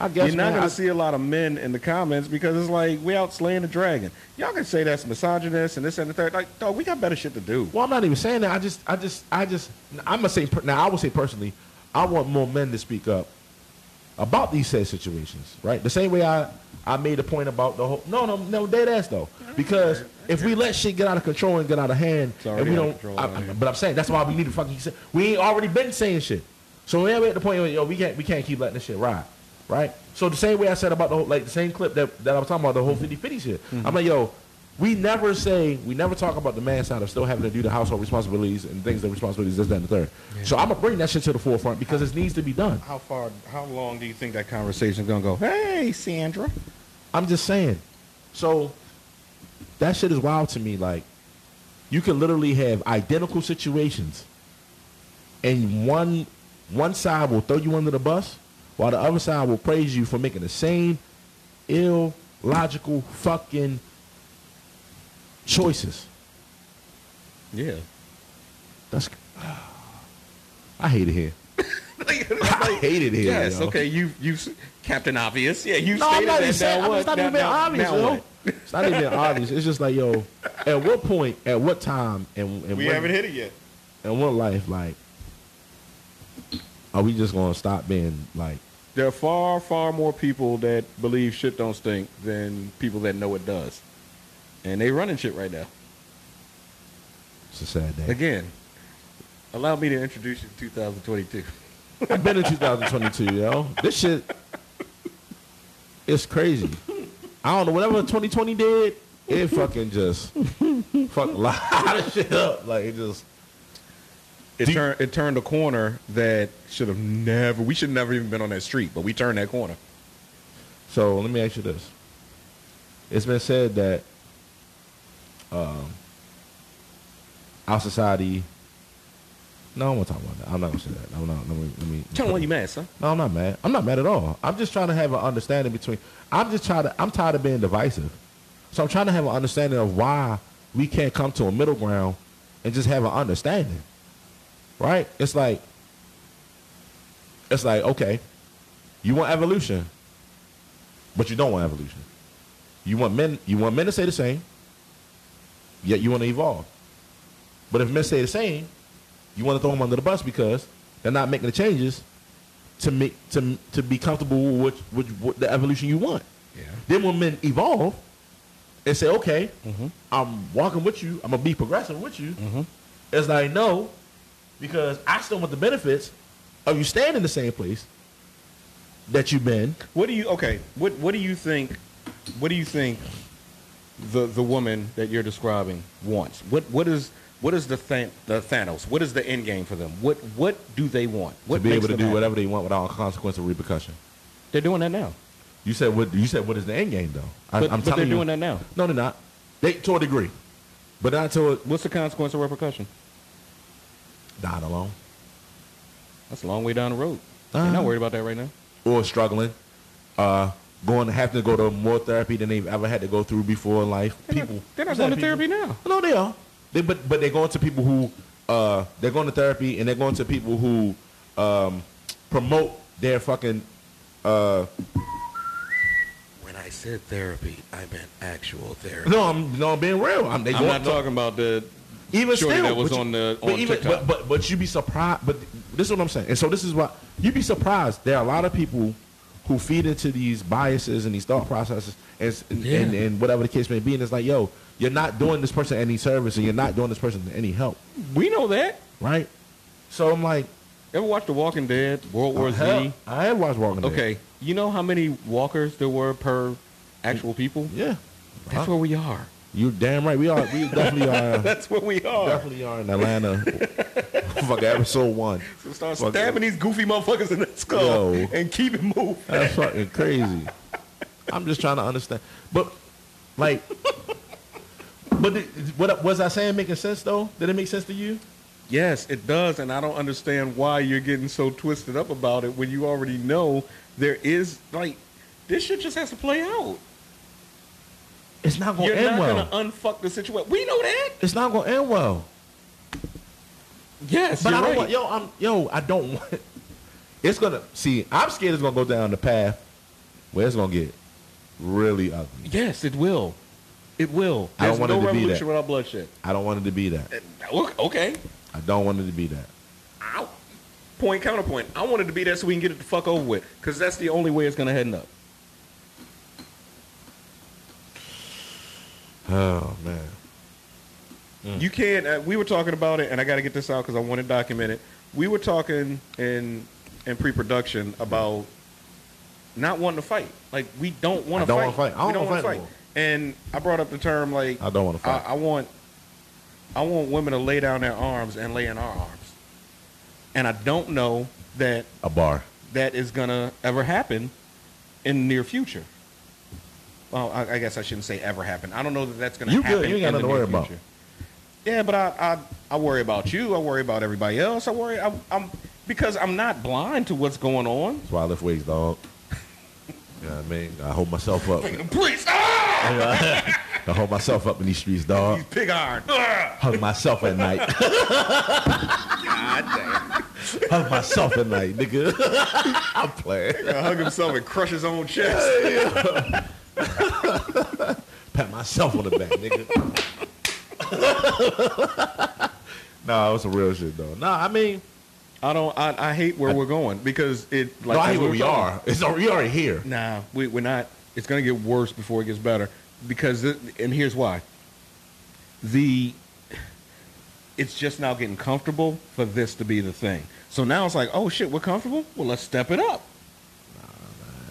I guess You're not man, going I- to see a lot of men in the comments because it's like we out slaying the dragon. Y'all can say that's misogynist and this and the third. Like, dog, we got better shit to do. Well, I'm not even saying that. I just, I just, I just, I'm gonna say per- now. I will say personally, I want more men to speak up about these said situations, right? The same way I, I made a point about the whole. No, no, no, dead ass though, because if we let shit get out of control and get out of hand, and already we out of don't, control I- out I- here. but I'm saying that's why we need to fucking. Say, we ain't already been saying shit, so we're at the point where yo, we can't, we can't keep letting this shit ride. Right, so the same way I said about the whole, like the same clip that, that I was talking about the whole 50-50 shit. I'm like, yo, We never say, we never talk about the man side of still having to do the household responsibilities and things that responsibilities, this, that, and the third. So I'm going to bring that shit to the forefront because it needs to be done. How far? How long do you think that conversation's gonna go? Hey, Sandra. I'm just saying. So that shit is wild to me. Like, you can literally have identical situations, and one one side will throw you under the bus, while the other side will praise you for making the same ill, logical fucking choices. Yeah. That's I hate it here. I hate it here. yes. yo. Okay. You you s- Captain Obvious. Yeah. You No, I'm stated not even that. saying. now I'm what? just not Now- even now- obvious, now yo. what? It's not even obvious. It's just like, yo, at what point, at what time, and, and We what, haven't hit it yet. in what life, like, are we just gonna stop being like, There are far far more people that believe shit don't stink than people that know it does, and they running shit right now. it's a sad day? Again, allow me to introduce you to 2022. I've been in 2022, yo. This shit, it's crazy. I don't know. Whatever 2020 did, it fucking just fucked a lot of shit up. Like it just. It turned it turned a corner that should have never. We should never even been on that street, but we turned that corner. So let me ask you this. It's been said that um, our society. No, I'm not talking about that. I'm not gonna say that. I'm not. Let me. Let me Tell me why you mad, son. No, I'm not mad. I'm not mad at all. I'm just trying to have an understanding between. I'm just trying to. I'm tired of being divisive, so I'm trying to have an understanding of why we can't come to a middle ground and just have an understanding, right? It's like, it's like okay, you want evolution, but you don't want evolution. You want men. You want men to stay the same, yet you want to evolve. But if men stay the same, you want to throw them under the bus because they're not making the changes to make to to be comfortable with with, with the evolution you want. Yeah. Then when men evolve and say, "Okay, I'm walking with you. I'm gonna be progressive with you," it's like no, because I still want the benefits of you staying in the same place that you've been. What do you okay? What what do you think? What do you think the the woman that you're describing wants? What what is what is the than, the Thanos? What is the end game for them? What what do they want? What to be makes able to them do happy? whatever they want without consequence or repercussion. They're doing that now. You said what? You said what is the end game though? I, But- I'm but they're telling you- doing that now. No, they're not. They to a degree, but not to a, What's the consequence or repercussion? not alone That's a long way down the road. They're Uh-huh. not worried about that right now. or struggling, uh, going have to go to more therapy than they've ever had to go through before in life. people, They're not Is going that to people? therapy now. No, they are. They but but they're going to people who uh they're going to therapy and they're going to people who um promote their fucking uh When I said therapy, I meant actual therapy. no I'm no I'm being real. I'm, they I'm going not to- talking about the even shorty still that was but you- on the but on even- TikTok. But, but but you'd be surprised. But this is what I'm saying. And so this is why you'd be surprised. There are a lot of people who feed into these biases and these thought processes and s- and, and, and whatever the case may be. And it's like, yo, you're not doing this person any service and you're not doing this person any help, we know that. right? So I'm like, Ever watched The Walking Dead, World War Z? hell, I have watched Walking Dead. Okay, you know how many walkers there were per actual people? Yeah. That's Huh? where we are. You damn right. We are. We definitely are. That's where we are. definitely are in Atlanta. Fuck episode one. So start Fuck stabbing these goofy motherfuckers in the skull Yo. and keep it moving. That's fucking crazy. I'm just trying to understand. But like, but the- what was I saying? Making sense though? Did it make sense to you? Yes, it does, and I don't understand why you're getting so twisted up about it when you already know there is like this shit just has to play out. It's not gonna You're end not well. gonna unfuck the situation. We know that. it's not gonna end well. Yes, But you're I don't right. want yo. I'm yo. I don't want. It's gonna see. I'm scared it's gonna go down the path where it's gonna get really ugly. yes, it will. It will. I There's don't want no it to be revolution that. without bloodshed. I don't want it to be that. Look, okay. I don't want it to be that. I, point counterpoint. I wanted to be there so we can get it the fuck over with, because that's the only way it's gonna head up. Oh man. Mm. You can't. Uh, we were talking about it, and I got to get this out because I want to document it. We were talking in in pre-production about not wanting to fight. Like we don't want I to don't fight. wanna fight. I We don't wanna wanna fight no more. And I brought up the term like I don't wanna I, fight. I want I want women to lay down their arms and lay in our arms. And I don't know that A bar. that is gonna ever happen in the near future. Well, I, I guess I shouldn't say ever happen. I don't know that that's gonna You good. happen. You ain't got in the nothing to near worry about. future. Yeah, but I, I I worry about you. I worry about everybody else. I worry. I'm, I'm because I'm not blind to what's going on. That's why I lift weights, dog. You know what I mean? I hold myself up. Please, ah! I hold myself up in these streets, dog. pig iron. Ah! Hug myself at night. Hug myself at night, nigga. I'm playing. hug himself and crush his own chest. Pat myself on the back, nigga. nah, it was some real shit though. Nah, I mean, I don't. I, I hate where we're going because it. Like, no, I as hate where were we talking- are. It's al- we already here. Nah, we, we're not. It's going to get worse before it gets better because, th- and here's why. The, it's just now getting comfortable for this to be the thing. So now it's like, oh shit, we're comfortable. Well, let's step it up.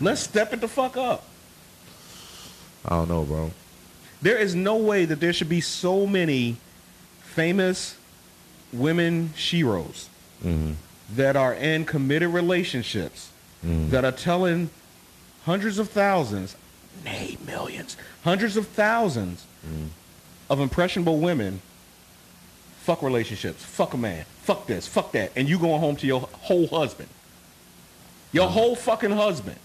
Let's step it the fuck up. I don't know, bro. There is no way that there should be so many famous women sheroes that are in committed relationships that are telling hundreds of thousands, nay, millions, hundreds of thousands of impressionable women, fuck relationships, fuck a man, fuck this, fuck that, and you going home to your whole husband. Your whole fucking husband.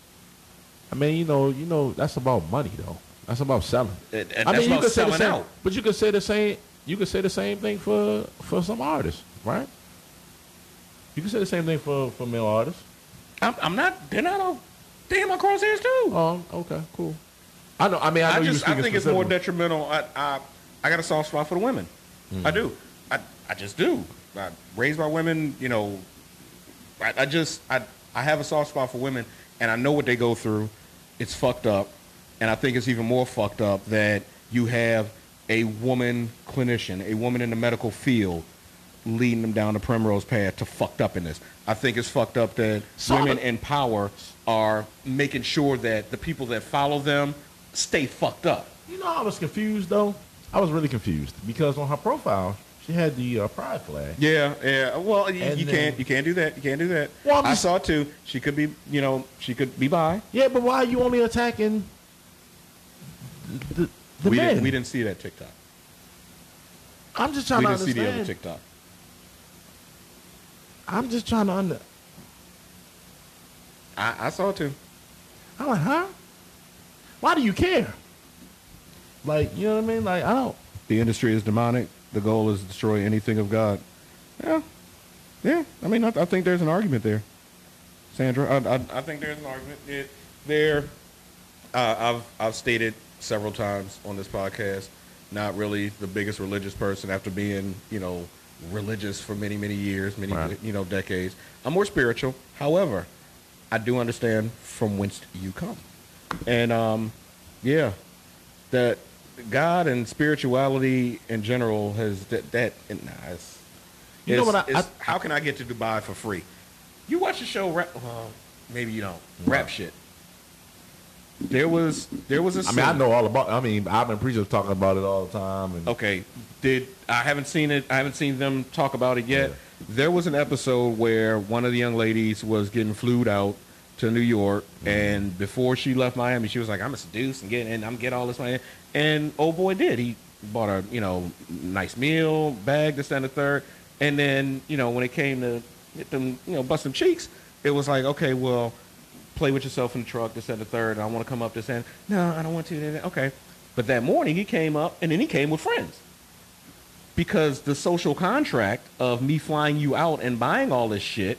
I mean, you know, you know, that's about money though. That's about selling. And- and that's about say the selling same, out. but you could say the same. You could say the same thing for for some artists, right? You could say the same thing for for male artists. I'm, I'm not, they're not all, they in my crosshairs too. Um, okay, cool. I know. I mean, I know I, you were just I speaking think it's more specifically. detrimental. I, I I got a soft spot for the women. Hmm. I do. I I just do. I raised by women. You know, I, I just I I have a soft spot for women, and I know what they go through. It's fucked up, and I think it's even more fucked up that you have a woman clinician, a woman in the medical field, leading them down the primrose path to fucked up in this. I think it's fucked up that uh, women in power are making sure that the people that follow them stay fucked up. You know, I was confused though. I was really confused because on her profile, she had the uh, pride flag. Yeah, yeah. Well, you, And you then- can't you can't do that. You can't do that. Well, I'm I just- saw it too. She could be, you know, she could be bi. Yeah, but why are you only attacking the, the we men? didn't we didn't see that TikTok. I'm just trying we to didn't see understand. the other TikTok. I'm just trying to under. I, I saw it too. I'm like, huh? Why do you care? Like, you know what I mean? Like, I don't. The industry is demonic. The goal is to destroy anything of God. Yeah, yeah. I mean, I, I think there's an argument there, Sandra. I, I, I think there's an argument It- there. Uh, I've I've stated several times on this podcast, not really the biggest religious person after being you know religious for many many years, many Right. you know decades. I'm more spiritual. However, I do understand from whence you come, and um, yeah, that God and spirituality in general has that that and nah, it's, You know it's- what I- it's, how can I get to Dubai for free? You watch the show rap? Well, maybe you don't. Rap shit. There was there was a. I mean, I scene- know all about. I mean, I've been preachers talking about it all the time. And Okay, did I haven't seen it? I haven't seen them talk about it yet. Yeah. There was an episode where one of the young ladies was getting flued out to New York, and before she left Miami, she was like, "I'm a seduce and get and I'm get all this money." And oh boy, did he bought her you know nice meal, bag, this that, and the third. And then you know when it came to hit them, you know, bust them cheeks, it was like, okay, well, play with yourself in the truck, this, that, and the third. And I want to come up this and no, I don't want to. that, that." Okay. But that morning he came up and then he came with friends because the social contract of me flying you out and buying all this shit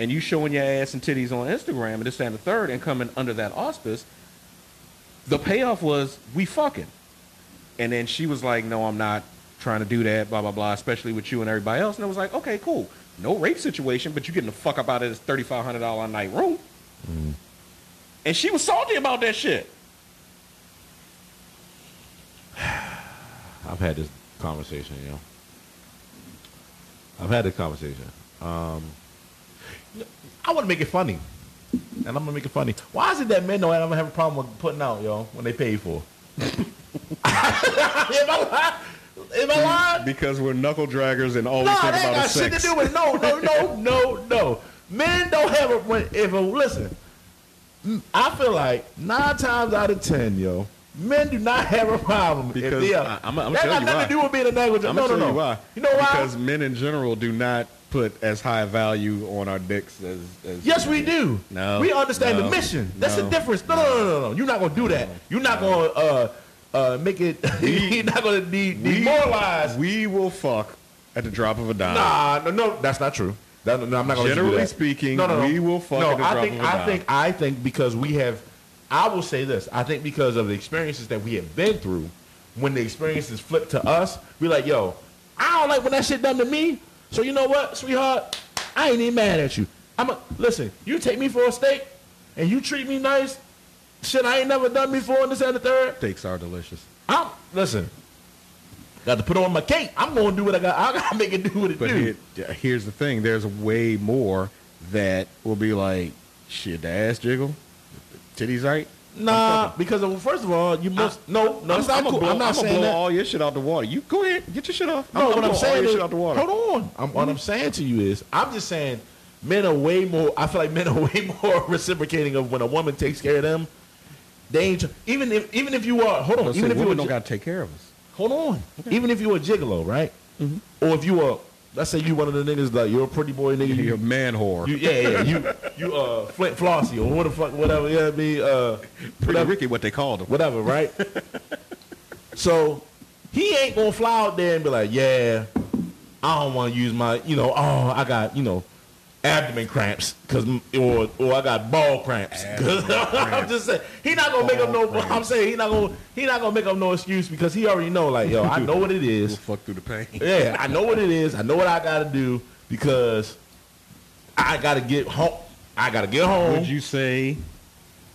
and you showing your ass and titties on Instagram and this, that, and the third and coming under that auspice, the payoff was we fucking. And then she was like, no, I'm not trying to do that, blah, blah, blah, especially with you and everybody else. And I was like, okay, cool. No rape situation, but you getting the fuck up out of this $3,500 a night room. And she was salty about that shit. I've had this conversation, you know. I've had this conversation. Um, I want to make it funny, and I'm gonna make it funny. Why is it that men don't ever have a problem with putting out, yo, when they paid for? Am I lying? Am I lying? Because we're knuckle draggers and always No, talk that ain't about got is shit to sex. do with no, no, no, no, no. Men don't have a when if a listen. m- I feel like nine times out of ten, yo, men do not have a problem Because if they are. I- I'ma- I'ma that tell got you nothing why. to do with being a negligent. I'm no, gonna no, tell no. you why. You know why? Because men in general do not put as high value on our dicks as. as Yes, we do. No, We understand the no, mission. That's the no, difference. No, no, no, no, no. You're not gonna do that. You're not gonna uh uh make it. you're not gonna de- demoralize. We will fuck at the drop of a dime. Nah, no, no, Ah. that's not true. That, no, I'm not gonna let you do Generally that. speaking, we will fuck No, at the I drop think, of a I dime. think, I think because we have, I will say this. I think because of the experiences that we have been through, when the experiences flip to us, we like, yo, I don't like when that shit done to me. So you know what, sweetheart, I ain't even mad at you. I'm a, listen. You take me for a steak, and you treat me nice. Shit, I ain't never done before. And this and the third. Steaks are delicious. I'm listen. Got to put on my cake. I'm gonna do what I got. I gotta make it do what it But do. here, here's the thing: there's way more that will be like, shit, the ass jiggle, titties right. Nah, because well, first of all, you must no, no, it's not I'ma cool. blow, I'm not I'ma saying blow that. all your shit out the water. You go ahead, get your shit off. no, I'ma what blow I'm all saying your is, shit out the water. hold on. I'm, what I'm saying to you is, I'm just saying, men are way more. I feel like men are way more reciprocating of when a woman takes care of them. They ain't tr- even if even if you are hold on, Let's even say if you women don't are gi- got Mm-hmm. to take care of us. hold on, even if you a gigolo, right? Or if you are, let's say you one of the niggas like you're a pretty boy nigga, you You're a man whore. You, yeah, yeah, you, you, uh, Flint Flossie or what the fuck, whatever, you know what I mean? Uh, Pretty whatever, Ricky, what they called him. whatever, right? so he ain't gonna fly out there and be like, yeah, I don't want to use my, you know, oh, I got, you know, abdomen cramps, cause m- or or I got ball cramps. 'Cause I'm just saying, he not gonna make up no. I'm saying he not gonna he not gonna make up no excuse because he already know, like, yo, I know what it is. Fuck through the pain. Yeah, I know what it is. I know what I gotta do because I gotta get home. I gotta get home. Would you say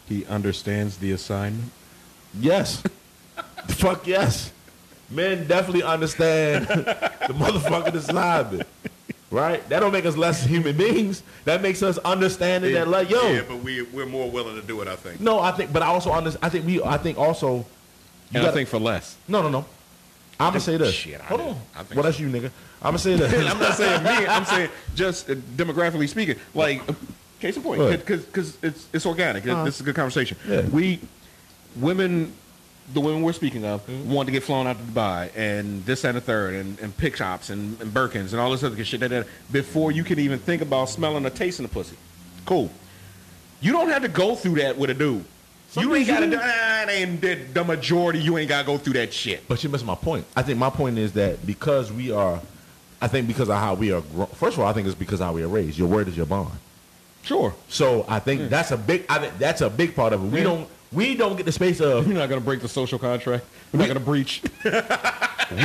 he understands the assignment? yes. Fuck yes. Men definitely understand the motherfucking assignment. Right? That don't make us less human beings. That makes us understanding that like, yo, Yeah, but we we're more willing to do it. I think. no, I think but I also understand I think we I think also You gotta- got to think for less. no no no. I'ma say this. Shit, I Hold didn't- on. I think Well that's you nigga. I'ma say this. I'm not saying me. I'm saying just uh, demographically speaking. Like, uh, case in point, Right. because it's it's organic. It- Uh-huh. This is a good conversation. Yeah. We women, the women we're speaking of, want to get flown out to Dubai and this and the third and, and pick shops and, and Birkins and all this other good shit. That, that before you can even think about smelling or tasting the pussy. Cool. You don't have to go through that with a dude. you ain't got to. That ain't the, the majority. You ain't got to go through that shit. But you missed my point. I think my point is that because we are, I think because of how we are. Gro- First of all, I think it's because how we are raised. Your word is your bond. Sure. So I think that's a big. I think that's a big part of it. We Yeah. don't. We don't get the space of. You're not gonna break the social contract. You're not gonna breach.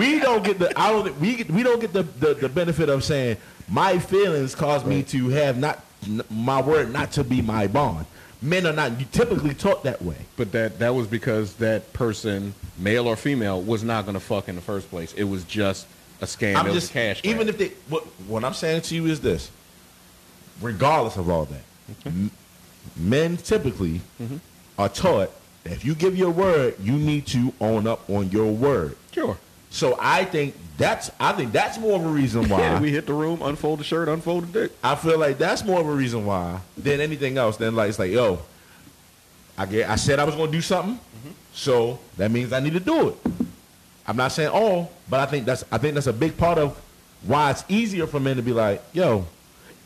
We don't get the. I don't. think- We get, we don't get the, the the benefit of saying my feelings cause me to have not n- my word not to be my bond. Men are not typically taught that way. But that that was because that person, male or female, was not gonna fuck in the first place. It was just a scam. it I'm was just a cash. grab. even if they what what I'm saying to you is this. Regardless of all that, m- men typically are taught that if you give your word, you need to own up on your word. sure. So I think that's I think that's more of a reason why Yeah, we hit the room, unfold the shirt, unfold the dick. I feel like that's more of a reason why than anything else. Than like it's like yo, I get I said I was gonna do something, so that means I need to do it. I'm not saying all, but I think that's I think that's a big part of why it's easier for men to be like yo.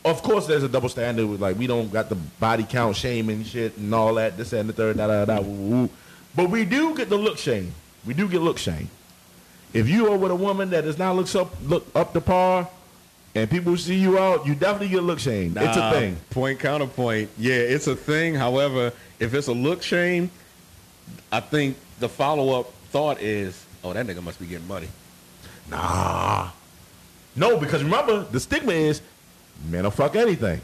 Of course, there's a double standard with like we don't got the body count shame and shit and all that this that, and the third da da da. woo, woo. But we do get the look shame. We do get look shame. If you are with a woman that does not look up look up to par, and people see you out, you definitely get look shame. it's a Nah, thing. Point counterpoint. Yeah, it's a thing. However, if it's a look shame, I think the follow up thought is, oh, that nigga must be getting money. Oh, Nah. No, because remember the stigma is men will fuck anything.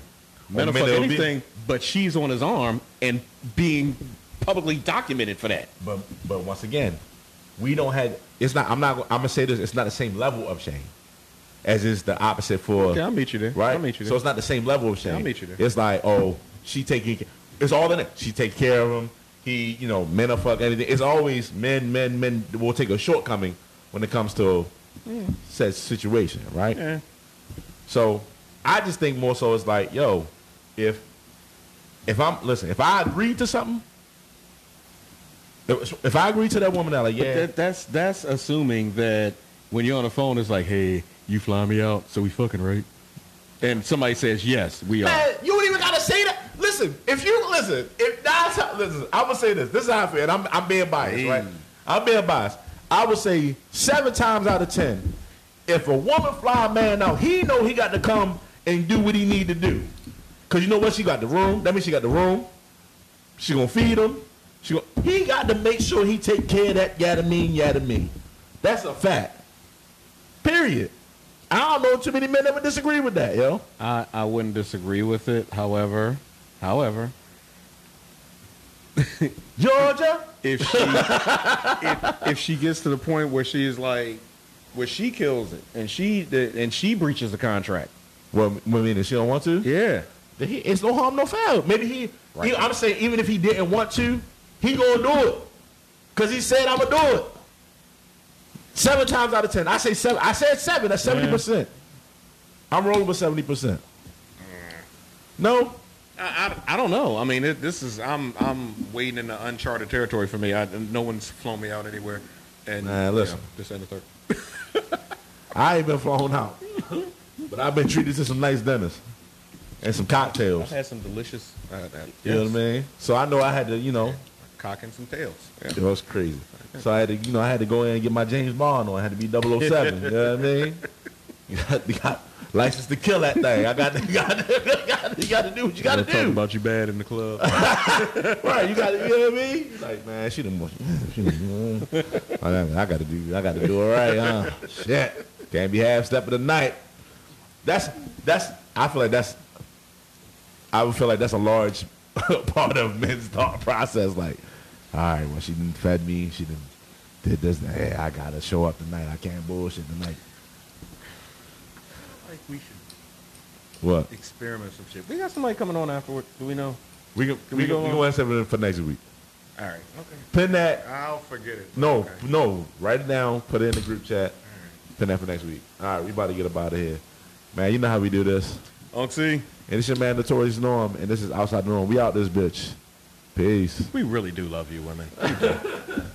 Men Or will fuck will be- anything, but she's on his arm and being publicly documented for that. but but once again, we don't have. It's not. I'm not. I'm gonna say this. It's not the same level of shame as is the opposite for. Okay, I'll meet you there. Right. I'll meet you there. So it's not the same level of shame. I'll meet you there. It's like oh, she taking. It's all in it. She take care of him. he, you know, men are fuck anything. It's always men, men, men will take a shortcoming when it comes to said situation, right? Yeah. So I just think more so it's like, yo, if if I'm listen, if I agree to something, if, if I agree to that woman, I'm like, yeah, That, that's that's assuming that when you're on the phone, it's like, hey, you fly me out, so we fucking right. And somebody says, yes, we are. Man, you ain't even gotta say that. Listen, if you listen, if that's how, listen, I would say this. This is how I feel. And I'm I'm being biased, right? I'm being biased. I would say seven times out of ten, if a woman fly a man out, he know he got to come and do what he need to do. Cause you know what? She got the room. That means she got the room. She gonna feed him. She gonna, he got to make sure he take care of that yada mean yada mean. That's a fact. Period. I don't know too many men that would disagree with that, yo. I, I wouldn't disagree with it. However, however, Georgia. if she if, if she gets to the point where she is like, where she kills it and she and she breaches the contract. Well, m- well, meaning she don't want to. Yeah. Then he- it's no harm, no foul. Maybe he, he- I'm saying, even if he didn't want to, he gonna do it because he said I'm gonna do it. Seven times out of ten, I say seven. I said seven. That's seventy percent. I'm rolling with seventy percent. No, I, I, I don't know. I mean, it, this is I'm I'm wading into uncharted territory for me. I, no one's flown me out anywhere. And Nah, listen. yeah, just end the third. I ain't been flown out, but I've been treated to some nice dinners and some cocktails. Had some delicious uh, uh, You know what I mean? So I know I had to, you know, cock and some tails. Yeah. It was crazy. So I had to, you know, I had to go in and get my James Bond on. I had to be 007. you know what I mean? You got, you got license to kill that thing. I got, you got, you got, you got to do what you got to do. about you bad in the club. Right? You got to, you know what I mean? Like, man, she didn't want. She done- I, got to do. I got to do all right. Huh? Shit, can't be half step of the night. That's that's. I feel like that's. I would feel like that's a large part of men's thought process. Like, all right, well, she didn't fed me. She didn't did this. Hey, I gotta show up tonight. I can't bullshit tonight. like we should What? experiment some shit. We got somebody coming on afterward. Do we know? We can, we, we can, go we on? can want something for next week. All right. Okay. Pin that. I'll forget it. No, Okay. no. Write it down. Put it in the group chat. Pin that for next week. All right, we about to get up out of here, man. You know how we do this. Unc C, And it's your man, Notorious Norm, and this is Outside the Norm. We out this bitch. Peace. we really do love you, women.